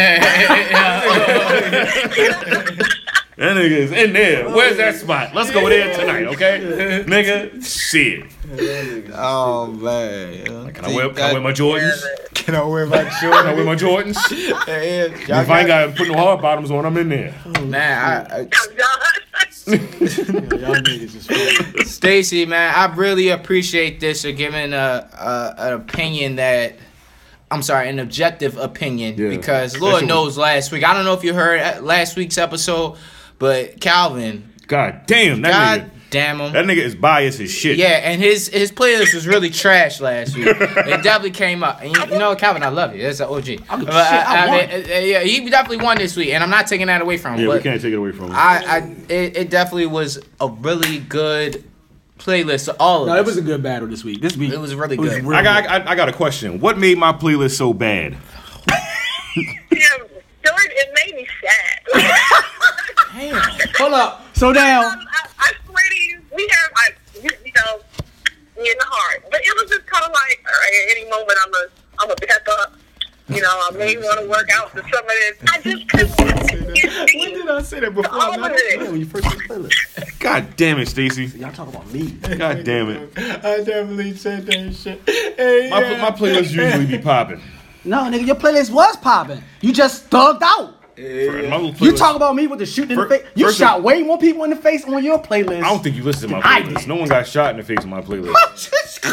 [SPEAKER 3] That nigga is in there. Where's that spot? Let's go there tonight, okay? Nigga, shit.
[SPEAKER 1] Oh man.
[SPEAKER 3] Can I wear, can I wear my Jordans?
[SPEAKER 1] Can I wear my
[SPEAKER 3] Can I wear my Jordans? If I ain't got to put no hard bottoms on, I'm in there.
[SPEAKER 1] Man, I, I,
[SPEAKER 5] I'm done.
[SPEAKER 2] Y'all niggas is funny.
[SPEAKER 1] Stacy, man, I really appreciate this. You're giving a, a an opinion that I'm sorry, an objective opinion
[SPEAKER 3] Yeah.
[SPEAKER 1] because
[SPEAKER 3] That
[SPEAKER 1] Lord
[SPEAKER 3] shit
[SPEAKER 1] knows last week. I don't know if you heard uh, last week's episode, but Calvin,
[SPEAKER 3] God damn, that
[SPEAKER 1] God
[SPEAKER 3] nigga.
[SPEAKER 1] damn him.
[SPEAKER 3] That nigga is biased as shit.
[SPEAKER 1] yeah, and his his playlist was really trash last week. It definitely came up. And you, you know, Calvin, I love you. That's an OG. But, uh, I mean, uh, uh, yeah, he definitely won this week, and I'm not taking that away from him.
[SPEAKER 3] Yeah,
[SPEAKER 1] but
[SPEAKER 3] we can't take it away from him.
[SPEAKER 1] I, I it, it definitely was a really good playlist. To all of
[SPEAKER 2] No,
[SPEAKER 1] us.
[SPEAKER 2] it was a good battle this week. This week
[SPEAKER 1] It was really good.
[SPEAKER 3] I got I, I got a question. What made my playlist so bad?
[SPEAKER 5] Damn, Jordan, it made me sad. Um,
[SPEAKER 2] Hold up, slow down.
[SPEAKER 5] I, I swear to you, we have, I, you, you know, me in the heart. But it was just kind of like, all right, at any moment, I'm a, I'm a pep up. You know, I may want to work out for some of this. I just couldn't.
[SPEAKER 2] When did I say that before?
[SPEAKER 5] All
[SPEAKER 2] I'm not
[SPEAKER 5] of it.
[SPEAKER 2] Yeah, when you first went to the toilet.
[SPEAKER 3] God damn it, Stacy.
[SPEAKER 2] Y'all talk about me.
[SPEAKER 3] God damn it.
[SPEAKER 2] I definitely said that shit. Hey,
[SPEAKER 3] My, my playlist usually be popping.
[SPEAKER 2] No, nigga, your playlist was popping. You just thugged out.
[SPEAKER 3] My little
[SPEAKER 2] You
[SPEAKER 3] playlist-
[SPEAKER 2] talk about me with the shooting in the
[SPEAKER 3] Fir-
[SPEAKER 2] face. You
[SPEAKER 3] first
[SPEAKER 2] shot
[SPEAKER 3] of-
[SPEAKER 2] way more people in the face on your playlist.
[SPEAKER 3] I don't think you listen to my
[SPEAKER 2] I
[SPEAKER 3] playlist.
[SPEAKER 2] did.
[SPEAKER 3] No one got shot in the face of my playlist.
[SPEAKER 1] What's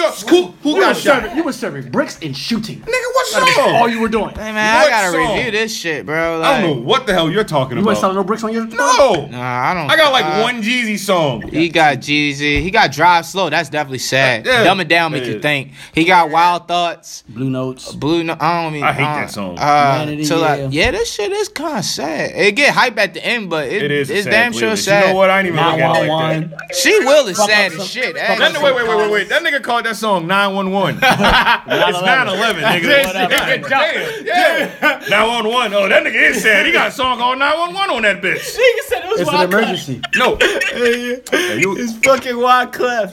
[SPEAKER 1] up? Who, who
[SPEAKER 2] you,
[SPEAKER 1] got
[SPEAKER 2] was
[SPEAKER 1] shot?
[SPEAKER 2] serving, you was serving bricks and shooting. Nigga,
[SPEAKER 3] what's
[SPEAKER 2] all you were doing.
[SPEAKER 1] Hey man,
[SPEAKER 3] What
[SPEAKER 1] I gotta
[SPEAKER 3] song?
[SPEAKER 1] review this shit, bro. Like,
[SPEAKER 3] I don't know what the hell you're talking
[SPEAKER 2] You
[SPEAKER 3] about.
[SPEAKER 2] wasn't selling no bricks on your
[SPEAKER 3] no.
[SPEAKER 1] Nah, I don't.
[SPEAKER 3] I got like
[SPEAKER 1] uh,
[SPEAKER 3] one Jeezy song.
[SPEAKER 1] He got Jeezy. He got Drive Slow. That's definitely sad.
[SPEAKER 3] Yeah.
[SPEAKER 1] Dumb it down, make
[SPEAKER 3] Yeah.
[SPEAKER 1] you think. He got Wild Thoughts.
[SPEAKER 2] blue notes.
[SPEAKER 1] Blue. No, I don't mean.
[SPEAKER 3] I hate
[SPEAKER 1] uh,
[SPEAKER 3] that song.
[SPEAKER 1] Uh,
[SPEAKER 2] Humanity,
[SPEAKER 1] so like,
[SPEAKER 2] yeah.
[SPEAKER 1] yeah. this shit is kind of sad. It get hype at the end, but it,
[SPEAKER 3] It is. a
[SPEAKER 1] It's
[SPEAKER 3] sad
[SPEAKER 1] damn
[SPEAKER 3] playlist.
[SPEAKER 1] sure sad.
[SPEAKER 3] You know what? I ain't even
[SPEAKER 2] Nine
[SPEAKER 3] looking at it
[SPEAKER 2] one
[SPEAKER 3] like
[SPEAKER 2] one.
[SPEAKER 3] that.
[SPEAKER 1] She will is
[SPEAKER 2] Fuck
[SPEAKER 1] sad
[SPEAKER 2] up
[SPEAKER 1] as
[SPEAKER 2] some-
[SPEAKER 1] shit. eh?
[SPEAKER 2] fuck up
[SPEAKER 1] Hey,
[SPEAKER 3] That, wait, wait, wait, wait, wait. That nigga called that song 911. it's 911, nigga. Damn. Yeah. 911. Oh, that nigga is sad. He got a song called 911 on that bitch.
[SPEAKER 2] It's an emergency.
[SPEAKER 3] No. Yeah, you-
[SPEAKER 2] fucking wide cliff.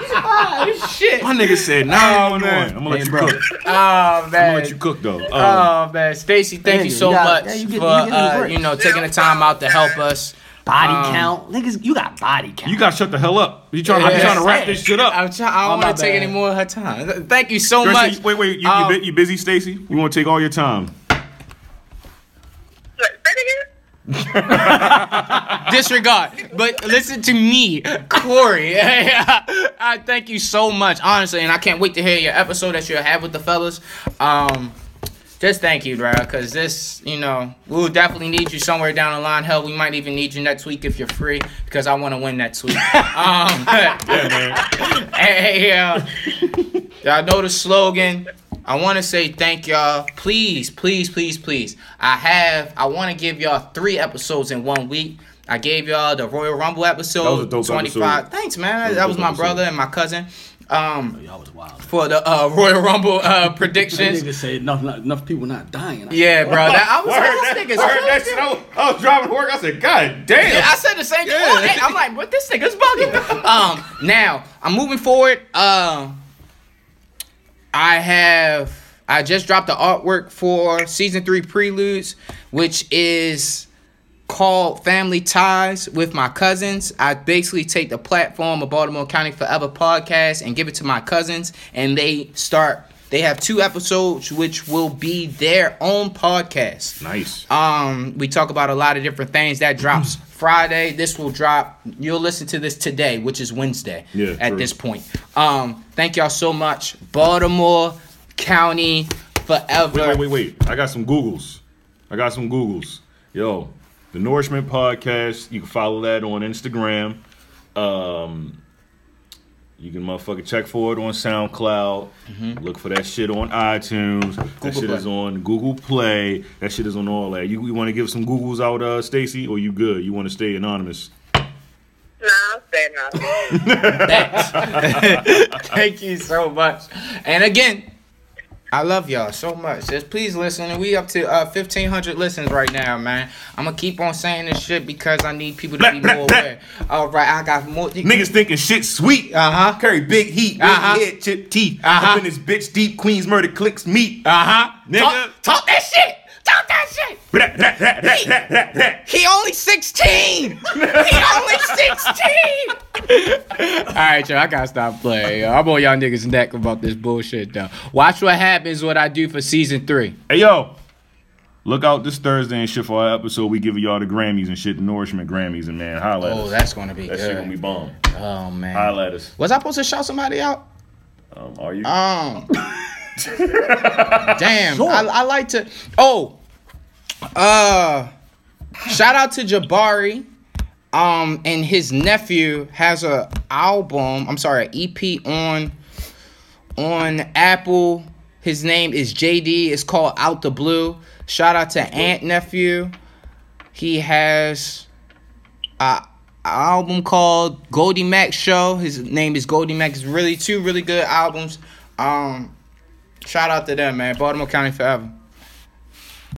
[SPEAKER 1] shit.
[SPEAKER 3] My nigga said 911. I'm gonna let
[SPEAKER 2] Hey,
[SPEAKER 3] you
[SPEAKER 2] bro.
[SPEAKER 3] cook.
[SPEAKER 1] Oh
[SPEAKER 3] I'm gonna let
[SPEAKER 1] man.
[SPEAKER 3] you cook though. Um,
[SPEAKER 1] Oh man, Stacy, thank you
[SPEAKER 2] Andrew,
[SPEAKER 1] so
[SPEAKER 2] you got-
[SPEAKER 1] much
[SPEAKER 2] yeah, you get-
[SPEAKER 1] for
[SPEAKER 2] you get the
[SPEAKER 1] uh,
[SPEAKER 2] break.
[SPEAKER 1] you know taking the time out to help us.
[SPEAKER 2] Body count, niggas, you got body count.
[SPEAKER 3] Um, You gotta shut the hell up. You trying? I'm
[SPEAKER 1] Yeah.
[SPEAKER 3] trying to wrap this shit up.
[SPEAKER 1] I'm try- I
[SPEAKER 2] Oh,
[SPEAKER 1] don't
[SPEAKER 2] my
[SPEAKER 1] want to take
[SPEAKER 2] bad.
[SPEAKER 1] any more of her time. Th- Thank you so
[SPEAKER 3] Gracie,
[SPEAKER 1] much.
[SPEAKER 3] Wait, wait. You,
[SPEAKER 1] Um,
[SPEAKER 3] you, bu- you busy, Stacy? We want to take all your time.
[SPEAKER 5] Say it again?
[SPEAKER 1] disregard. But listen to me, Corey. I thank you so much, honestly, and I can't wait to hear your episode that you'll have with the fellas. Um, just thank you, bro, because this, you know, we'll definitely need you somewhere down the line. Hell, we might even need you next week if you're free, because I want to win next week. um, hey, uh, y'all know the slogan. I want to say thank y'all. Please, please, please, please. I have. I want to give y'all three episodes in one week. I gave y'all the Royal Rumble episode.
[SPEAKER 8] That was a dope episode.
[SPEAKER 1] Thanks, man. That was,
[SPEAKER 8] was a dope
[SPEAKER 1] my
[SPEAKER 8] episode.
[SPEAKER 1] brother and my cousin. Um,
[SPEAKER 2] Y'all was wild.
[SPEAKER 1] for the uh, Royal Rumble uh, predictions.
[SPEAKER 2] Niggas say enough, not, enough people not dying.
[SPEAKER 1] Yeah, bro. That, I was
[SPEAKER 3] I heard
[SPEAKER 1] like,
[SPEAKER 3] that,
[SPEAKER 1] this nigga's
[SPEAKER 3] I heard that
[SPEAKER 1] crazy.
[SPEAKER 3] shit. I was, I was driving to work. I said, God damn.
[SPEAKER 1] Yeah, I said the same thing. all day. I'm like, what this nigga's bugging. um, now I'm moving forward. Um, I have I just dropped the artwork for season three preludes, which is called Family Ties with my cousins. I basically take the platform of Baltimore County Forever podcast and give it to my cousins, and they start. They have two episodes, which will be their own podcast.
[SPEAKER 3] nice.
[SPEAKER 1] Um, we talk about a lot of different things. That drops Friday. This will drop. You'll listen to this today, which is Wednesday.
[SPEAKER 3] Yeah,
[SPEAKER 1] At
[SPEAKER 3] true.
[SPEAKER 1] this point. Um, thank y'all so much, Baltimore County, forever.
[SPEAKER 3] Wait, wait, wait, wait. I got some Googles. I got some Googles. Yo, the Nourishment Podcast. You can follow that on Instagram. Um, you can motherfucking check for it on SoundCloud. Look for that shit on iTunes. that shit
[SPEAKER 1] Mm-hmm. Play.
[SPEAKER 3] is on Google Play. That shit is on all that. You, you want to give some Googles out, uh, Stacy, or you good? You want to stay anonymous?
[SPEAKER 5] No, I'm saying no.
[SPEAKER 1] Thank you so much. And again, I love y'all so much. Just please listen. And we up to uh, 1,500 listens right now, man. I'm going to keep on saying this shit because I need people to
[SPEAKER 3] Blah,
[SPEAKER 1] be
[SPEAKER 3] blah,
[SPEAKER 1] more
[SPEAKER 3] blah.
[SPEAKER 1] aware. All right, I got more.
[SPEAKER 3] Niggas thinking shit sweet.
[SPEAKER 1] Uh huh.
[SPEAKER 3] Carry big heat, big
[SPEAKER 1] Uh-huh.
[SPEAKER 3] head, chip teeth.
[SPEAKER 1] Uh-huh.
[SPEAKER 3] Up in this bitch deep, Queens murder clicks meat.
[SPEAKER 1] Uh huh.
[SPEAKER 3] Nigga.
[SPEAKER 1] Talk, talk that shit. Talk that shit.
[SPEAKER 3] Blah, blah, blah, blah, blah, blah, blah.
[SPEAKER 1] He only 16. he only 16. All right, yo, I gotta stop playing. yo. I'm on y'all niggas' neck about this bullshit, though. Watch what happens what I do for season three.
[SPEAKER 3] Hey yo, look out this Thursday and shit for our episode. We giving y'all the Grammys and shit, the Nourishment Grammys and man, holla at
[SPEAKER 1] Oh,
[SPEAKER 3] us.
[SPEAKER 1] that's gonna be
[SPEAKER 8] That shit gonna be
[SPEAKER 1] good.
[SPEAKER 8] bomb.
[SPEAKER 1] Oh man.
[SPEAKER 8] Holla at us.
[SPEAKER 1] Was I supposed to shout somebody out?
[SPEAKER 8] Um, are you?
[SPEAKER 1] Um. damn, I, I like to. Oh, uh, shout out to Jabari. Um, and his nephew has a album. I'm sorry, a EP on on Apple. His name is JD. It's called Out the Blue. Shout out to Aunt Nephew. He has a album called Goldie Mac Show. His name is Goldie Mac. It's really two really good albums. Um, shout out to them, man. Baltimore County forever.